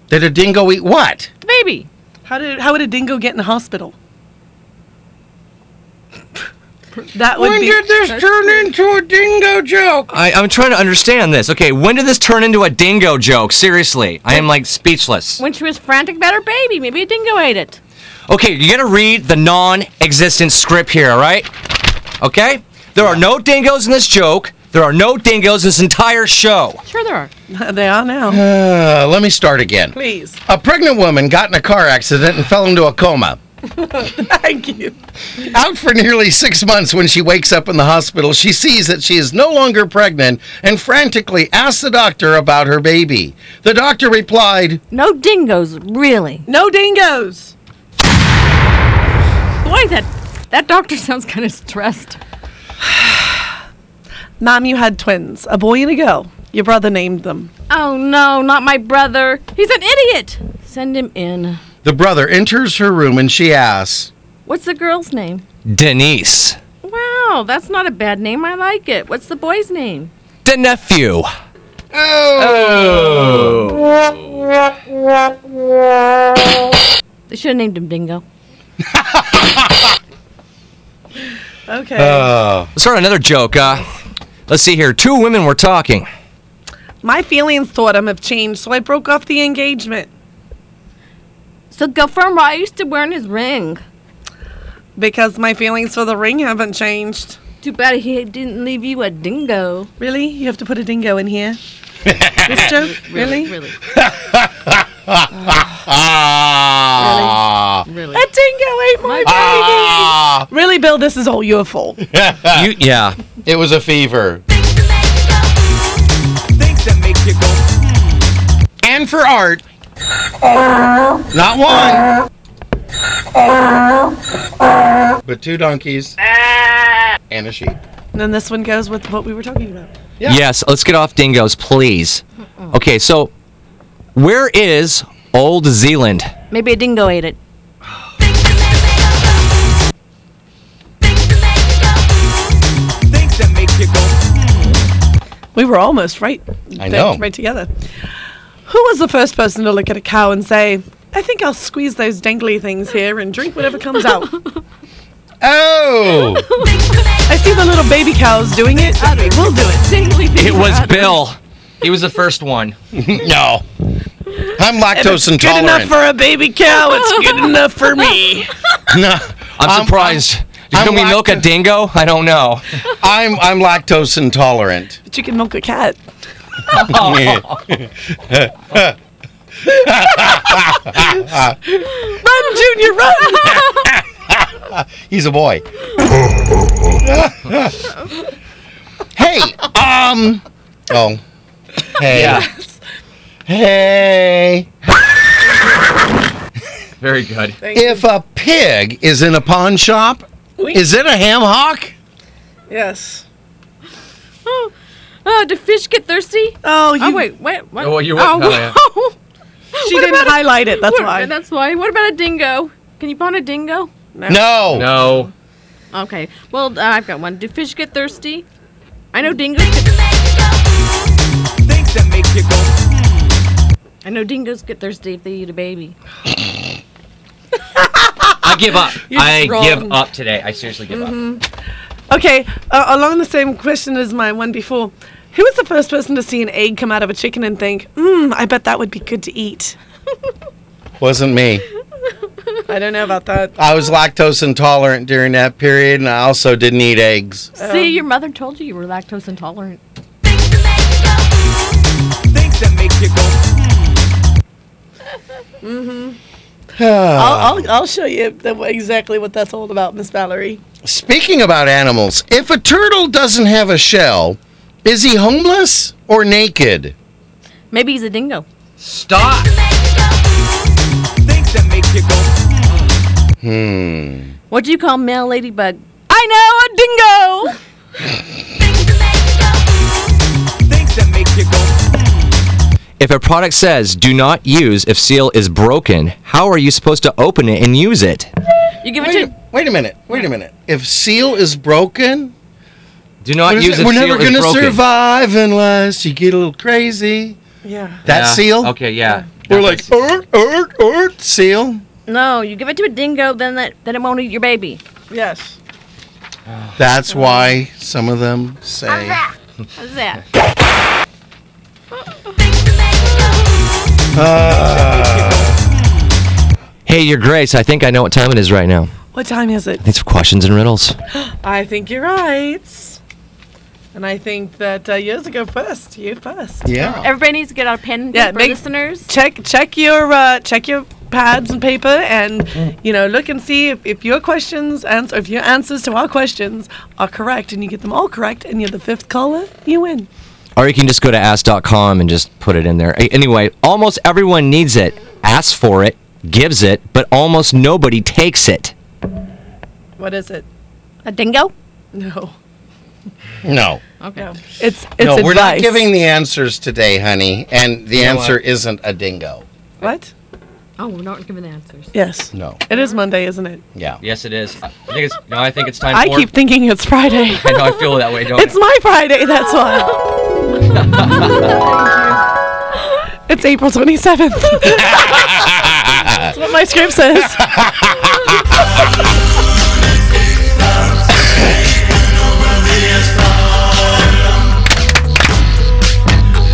C: Did a dingo eat what?
B: The baby.
A: How did how would a dingo get in the hospital? that would
C: When
A: be.
C: did this turn into a dingo joke?
D: I, I'm trying to understand this. Okay, when did this turn into a dingo joke? Seriously, I am like speechless.
B: When she was frantic about her baby, maybe a dingo ate it.
D: Okay, you gotta read the non existent script here, alright? Okay? There are no dingoes in this joke. There are no dingoes this entire show.
B: Sure, there are.
A: they are now.
C: Uh, let me start again.
A: Please.
C: A pregnant woman got in a car accident and fell into a coma.
A: Thank you.
C: Out for nearly six months when she wakes up in the hospital, she sees that she is no longer pregnant and frantically asks the doctor about her baby. The doctor replied,
B: No dingoes, really.
A: No dingoes.
B: Boy, that that doctor sounds kind of stressed.
A: Mom, you had twins, a boy and a girl. Your brother named them.
B: Oh no, not my brother. He's an idiot. Send him in.
C: The brother enters her room and she asks,
B: What's the girl's name?
D: Denise.
B: Wow, that's not a bad name. I like it. What's the boy's name?
D: The nephew.
B: They should have named him Dingo.
E: Okay.
D: Let's start another joke. Uh, let's see here. Two women were talking.
E: My feelings toward him have changed, so I broke off the engagement.
B: So go from why used to wearing his ring.
E: Because my feelings for the ring haven't changed.
B: Too bad he didn't leave you a dingo.
E: Really? You have to put a dingo in here? this joke? Really?
B: Really?
C: Ah.
E: A dingo ate my
C: Ah.
E: baby! Really, Bill, this is all your fault.
C: you, yeah. It was a fever. And for art, not one, but two donkeys
E: Ah.
C: and a sheep.
E: And then this one goes with what we were talking about.
D: Yes, let's get off dingoes, please. Okay, so where is Old Zealand?
B: Maybe a dingo ate it.
E: We were almost right.
C: I
E: there,
C: know.
E: Right together. Who was the first person to look at a cow and say, I think I'll squeeze those dangly things here and drink whatever comes out?
C: Oh!
E: I see the little baby cows doing it. Okay, we'll do it. Dangly things.
D: It was Bill. He was the first one.
C: no. I'm lactose
E: If it's good enough
C: intolerant.
E: for a baby cow. It's good enough for me.
C: no,
D: I'm surprised.
C: I'm
D: Can we milk a dingo? I don't know.
C: I'm I'm lactose intolerant.
E: But you can milk a cat. Run, Junior, run!
C: He's a boy. hey, um, oh, hey, hey.
D: Very good.
C: If a pig is in a pawn shop,
E: Oui.
C: is it a ham hock?
E: yes.
B: Oh, oh, do fish get thirsty?
E: Oh, you.
B: Oh, wait, wait, what?
D: Oh, well, you
B: oh,
D: wouldn't know that.
B: whoa.
E: She
B: What
E: didn't
B: about a-
E: highlight it, that's
B: what-
E: why.
B: That's why. What about a dingo? Can you pawn a dingo?
C: No.
D: No.
B: Okay. Well, uh, I've got one. Do fish get thirsty? I know dingoes. Get- I know dingoes get thirsty if they eat a baby.
D: I give up. I
E: wrong.
D: give up today. I seriously give up.
E: Okay, uh, along the same question as my one before. Who was the first person to see an egg come out of a chicken and think, mmm, I bet that would be good to eat?
C: Wasn't me.
E: I don't know about that.
C: I was lactose intolerant during that period, and I also didn't eat eggs.
B: See, your mother told you you were lactose intolerant.
E: I'll, I'll, I'll show you the, exactly what that's all about, Miss Valerie.
C: Speaking about animals, if a turtle doesn't have a shell, is he homeless or naked?
B: Maybe he's a dingo.
D: Stop.
C: Hmm.
B: What do you call male ladybug? I know a dingo.
D: If a product says "Do not use if seal is broken," how are you supposed to open it and use it?
B: You give it
C: Wait,
B: to.
C: a- wait a minute. Wait a minute. If seal is broken,
D: Do not
C: what is
D: use
C: it?
D: if
C: we're
D: seal
C: never
D: is
C: gonna
D: broken.
C: survive unless you get a little crazy.
E: Yeah.
C: That
D: Yeah.
C: seal?
D: Okay, yeah.
C: We're like, ert, ert, ert, seal.
B: No, you give it to a dingo, then that then it won't eat your baby.
E: Yes.
C: That's why some of them say.
B: How's that?
C: oh.
D: Hey, your grace. I think I know what time it is right now.
E: What time is it?
D: It's questions and riddles.
E: I think you're right. And I think that uh, years ago first, you first.
C: Yeah.
B: Everybody needs to get out a pen and
E: Yeah,
B: paper,
E: make-
B: listeners.
E: Check check your uh, check your pads and paper,
C: Mm.
E: and you know look and see if, if your questions answer if your answers to our questions are correct, and you get them all correct, and you're the fifth caller, you win.
D: Or you can just go to ask.com and just put it in there. A- Anyway, almost everyone needs it, asks for it, gives it, but almost nobody takes it.
E: What is it?
B: A dingo?
E: No,
C: No.
B: Okay.
E: no. It's it's
C: no,
E: advice.
C: we're not giving the answers today, honey. And the
D: know
C: answer
D: what?
C: isn't a dingo.
E: what?
B: Oh, we're not giving the answers.
E: Yes,
C: No.
E: it is Monday, isn't it?
C: Yeah.
D: Yes, it is. I think it's, no, I think it's time
E: I keep thinking it's Friday.
D: I know I feel that way, don't
E: it's my Friday, that's why. It's April 27th. That's what my script says.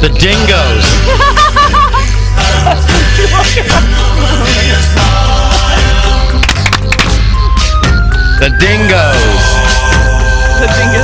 C: The dingoes. The dingoes.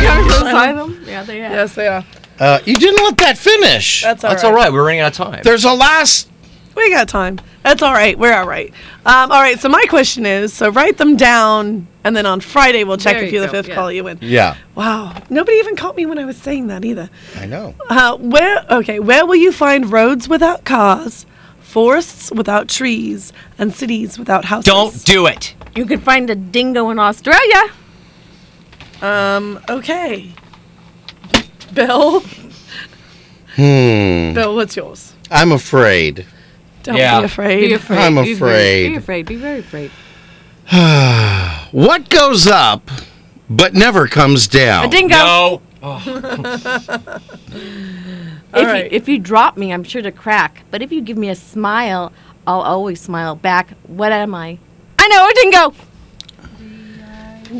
E: Yeah, they are. Yes, they are.
C: Uh, you didn't let that finish.
E: That's all
D: That's
E: right.
D: all right. We're running out of time.
C: There's a last.
E: We got time. That's all right. We're all right. Um, all right. So my question is: so write them down, and then on Friday we'll check
B: There
E: if
B: you
E: you're the
B: go,
E: fifth
B: yeah.
E: caller you win.
C: Yeah,
E: Wow. Nobody even caught me when I was saying that either.
C: I know.
E: Uh, where? Okay. Where will you find roads without cars, forests without trees, and cities without houses?
D: Don't do it.
B: You can find a dingo in Australia.
E: Um. Okay. Bill.
C: Hmm.
E: Bill, what's yours?
C: I'm afraid.
E: Don't
C: Yeah.
E: be afraid.
C: Be afraid. I'm Be afraid. afraid.
B: Be afraid. Be very afraid.
C: what goes up but never comes down?
B: A Oh, dingo.
E: All
B: if,
E: right.
B: you, if you drop me, I'm sure to crack. But if you give me a smile, I'll always smile back. What am I? I know a dingo.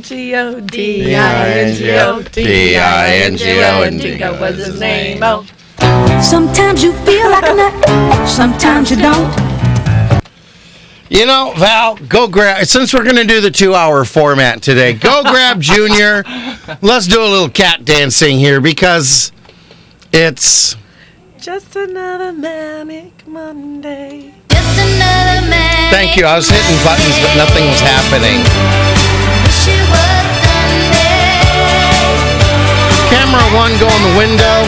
E: G O D I N G O D I N G O and Dingo was his name.
C: D-I-N-G-O-N-D-I-N-G-O.
E: Oh.
Q: Sometimes you feel like a nut, sometimes you don't.
C: You know, Val, go grab. Since we're going to do the two hour format today, go grab Junior. Let's do a little cat dancing here because it's.
E: Just another manic Monday.
C: Thank you. I was hitting buttons, but nothing was happening. Camera one, go in the window.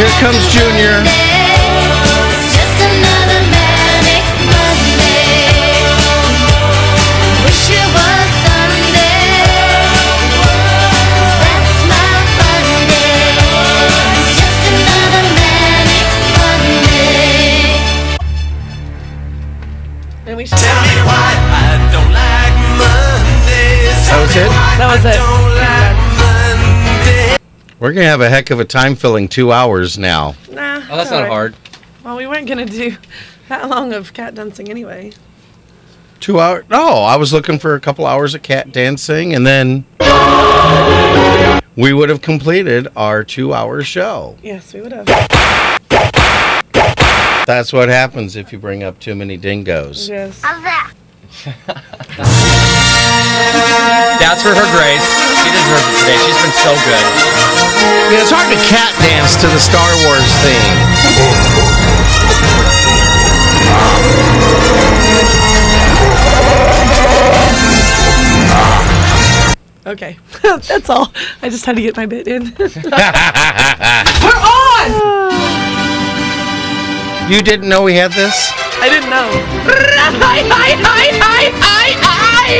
C: Here comes Junior.
E: And we should.
C: That was it?
E: That was it.
C: We're going to have a heck of a time filling two hours now.
E: Nah.
D: Oh, that's
E: it's
D: not
E: alright.
D: hard.
E: Well, we weren't gonna do that long of cat dancing anyway.
C: Two hours? No, I was looking for a couple hours of cat dancing, and then we would have completed our two hour show.
E: Yes, we would have.
C: That's what happens if you bring up too many dingoes.
E: Yes.
D: That's for her grace. She deserves it today. She's been so good.
C: I mean, it's hard to cat dance to the Star Wars theme.
E: Okay. That's all. I just had to get my bit in.
C: We're
E: on.
C: You didn't know we had this?
E: I didn't know. Hi, hi, hi, hi,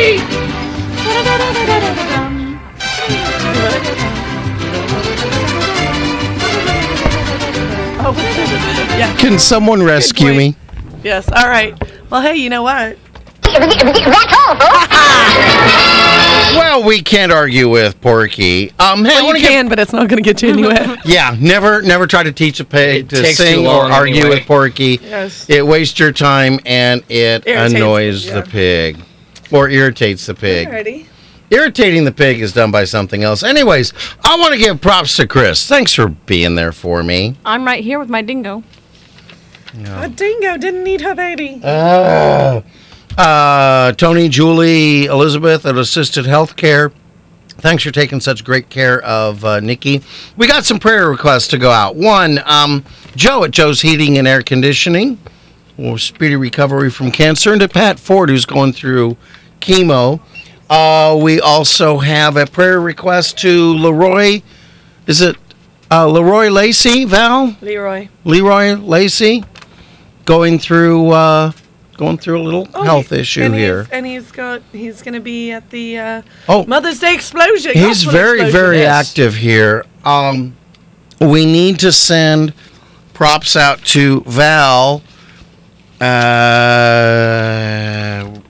E: Oh, hi, hi.
C: Can someone rescue me?
E: Yes. All right. Well, hey, you know what?
C: Well, we can't argue with Porky. Um, hey, I
E: well,
C: wanna
E: you
C: get-
E: can, but it's not going to get you anywhere.
C: Yeah, never, never try to teach a pig to
D: takes too
C: sing or
D: long
C: argue
D: anyway.
C: with Porky.
E: Yes.
C: It wastes your time and it
E: Irritates it,
C: annoys
E: yeah.
C: the pig or irritates the pig.
E: Alrighty.
C: Irritating the pig is done by something else. Anyways, I want to give props to Chris. Thanks for being there for me.
B: I'm right here with my dingo.
E: A Ah, dingo didn't need her baby.
C: Uh, uh, Tony, Julie, Elizabeth at Assisted Healthcare. Thanks for taking such great care of uh, Nikki. We got some prayer requests to go out. One, um, Joe at Joe's Heating and Air Conditioning. Well, speedy recovery from cancer. And to Pat Ford, who's going through chemo. Uh, we also have a prayer request to Leroy. Is it uh, Leroy Lacey, Val?
E: Leroy.
C: Leroy Lacey going through uh, going through a little health issue
E: Oh, and
C: here.
E: He's, and he's got he's going to be at the uh,
C: Oh.
E: Mother's Day explosion.
C: He's
E: gospel
C: very
E: explosion.
C: very active here. Um, we need to send props out to Val. Uh,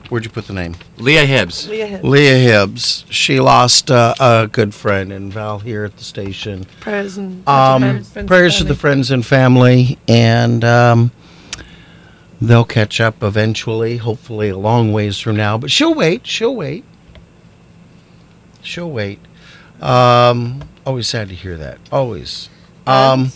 C: Where'd you put the name?
R: Leah Hibbs.
E: Leah Hibbs.
C: Leah Hibbs. She lost uh, a good friend and Val here at the station.
E: Prayers and
C: Um, prayers to the friends and family, and um, they'll catch up eventually. Hopefully, a long ways from now, but she'll wait. She'll wait. She'll wait. Um, always sad to hear that. Always. Um,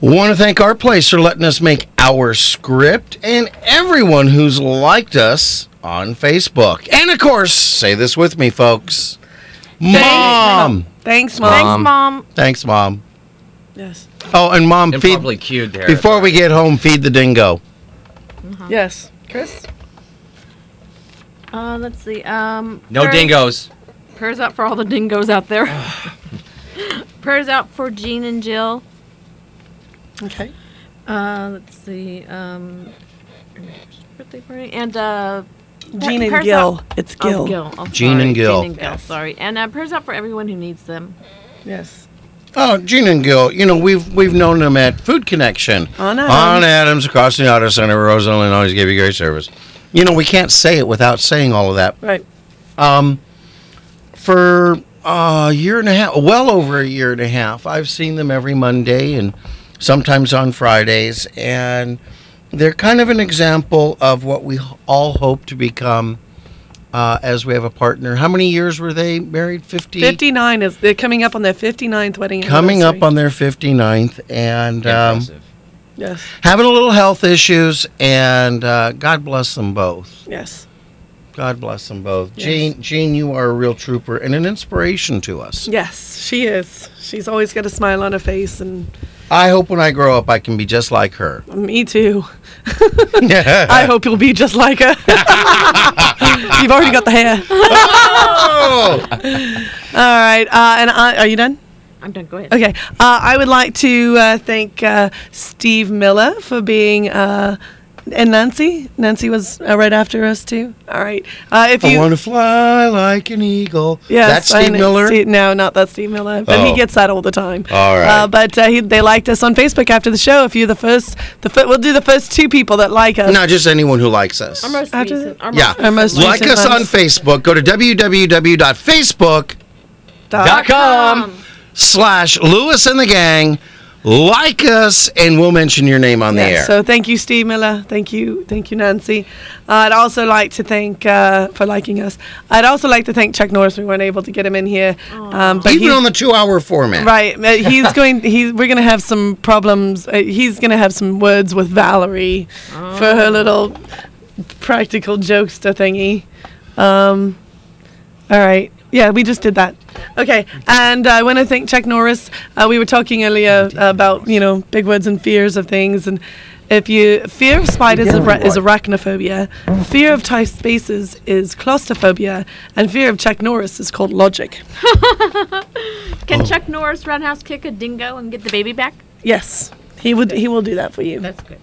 C: Want to thank our place for letting us make our script and everyone who's liked us on Facebook. And of course, say this with me, folks. Mom.
E: Thanks,
C: um,
E: Mom. Thanks, Mom.
C: Thanks, Mom.
E: Yes.
C: Oh, and Mom,
R: They're
C: feed.
R: probably cued there.
C: Before we get home, feed the dingo.
E: Yes. Chris?
B: Uh, let's see. Um,
R: No
B: prayers-
R: dingoes.
B: Prayers out for all the dingoes out there. prayers out for Jean and Jill.
E: Okay.
B: Uh, let's see. Um, birthday party and uh,
E: Jean and
B: prayers
E: Gil.
B: out-
E: It's
B: oh,
E: Gil.
B: Gil. Oh,
C: Jean
B: sorry.
C: and Gil.
B: Jean and Gil. Sorry. And uh, prayers out for everyone who needs them.
E: Yes.
C: Oh, Gene and Gil. You know we've we've known them at Food Connection
E: On Adams.
C: on Adams across the Auto Center. Roseland always gave you great service. You know we can't say it without saying all of that.
E: Right.
C: Um, for uh, a year and a half, well over a year and a half, I've seen them every Monday and sometimes on Fridays, and they're kind of an example of what we h- all hope to become uh, as we have a partner. How many years were they married? Fifty.
E: 59 is, they're coming up on their 59th wedding
C: coming up
E: anniversary.
C: on their 59th and um,
E: Yes.
C: having a little health issues and uh, god bless them both
E: Yes.
C: god bless them both
E: Yes.
C: jean jean you are a real trooper and an inspiration to us
E: Yes, she is. She's always got a smile on her face, and
C: i hope when i grow up i can be just like her
E: me too.
C: Uh,
E: I hope you'll be just like her. You've already got the hair.
C: Oh!
E: All right. Uh, and I, are you done?
B: I'm done. Go ahead.
E: Okay. Uh, I would like to uh, thank uh, Steve Miller for being. Uh, and Nancy, Nancy was uh, right after us too. All right. Uh, if
C: i
E: you
C: want to fly like an eagle
E: Yes,
C: that's
E: I
C: steve
E: know.
C: miller
E: Steve- no, not that Steve Miller, but
C: Oh.
E: he gets that all the time.
C: All right.
E: Uh, but uh, he, they liked us on Facebook after the show. If you're the first, the fir- we'll do the first two people that like us.
C: not just anyone who likes us
E: Our most recent.
C: yeah
E: Our most
C: like
E: recent
C: us on
E: ones.
C: facebook go to www.facebook
E: Dot
C: com slash Lewis and the Gang. Like us, and we'll mention your name on the
E: Yeah,
C: air.
E: So thank you, Steve Miller. Thank you, thank you, Nancy. I'd also like to thank uh, for liking us. I'd also like to thank Chuck Norris. We weren't able to get him in here, um, but
C: Even
E: he's-
C: on the two-hour format,
E: Right, uh, he's going. He's we're going to have some problems. Uh, he's going to have some words with Valerie for her little practical jokester thingy. Um, all right. Yeah, we just did that. Okay, and uh, I want to thank Chuck Norris. Uh, we were talking earlier about you know big words and fears of things, and if you fear of spiders is, ra- is arachnophobia, fear of tight spaces is claustrophobia, and fear of Chuck Norris is called logic.
C: Oh.
B: Can Chuck Norris roundhouse kick a dingo and get the baby back?
E: Yes, he would. He will do that for you.
B: That's good.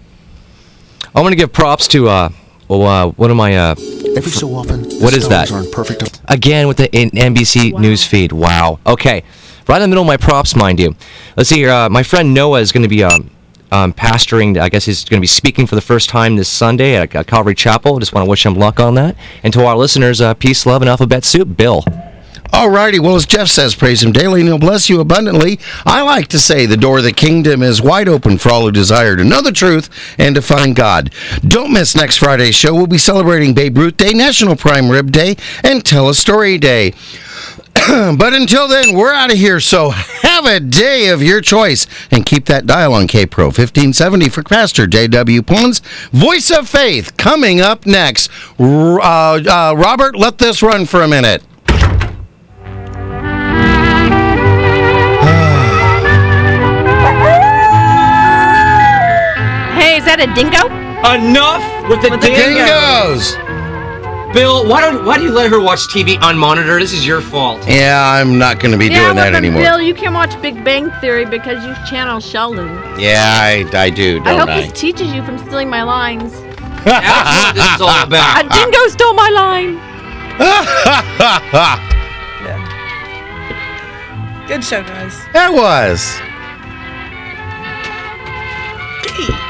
D: I want to give props to uh, well, uh, one of my uh,
S: Every so often, the
D: what is
S: stars
D: that?
S: aren't perfect.
D: Again with the in- NBC news feed. Wow. Okay, right in the middle of my props, mind you. Let's see here. Uh, my friend Noah is going to be um, um, pastoring. I guess he's going to be speaking for the first time this Sunday at uh, Calvary Chapel. Just want to wish him luck on that. And to our listeners, uh, peace, love, and alphabet soup. Bill.
C: All righty. Well, as Jeff says, praise him daily, and he'll bless you abundantly. I like to say the door of the kingdom is wide open for all who desire to know the truth and to find God. Don't miss next Friday's show. We'll be celebrating Babe Ruth Day, National Prime Rib Day, and Tell a Story Day. but until then, we're out of here. So have a day of your choice and keep that dial on K Pro 1570 for Pastor J.W. Pons. Voice of Faith coming up next. R- uh, uh, Robert, let this run for a minute.
B: Hey, is that a dingo?
R: Enough with the, dingoes. Bill, why don't why do you let her watch TV unmonitored? This is your fault.
C: Yeah, I'm not going to be
B: yeah,
C: doing that
B: but
C: anymore.
B: Bill, you can't watch Big Bang Theory because you channel Sheldon.
C: Yeah, I, I do,
B: I
C: don't
B: hope
C: I?
B: this teaches you from stealing my lines.
R: That's what this is all
B: A
R: about.
B: Uh, dingo stole my line.
C: that
E: Good show, guys.
C: was.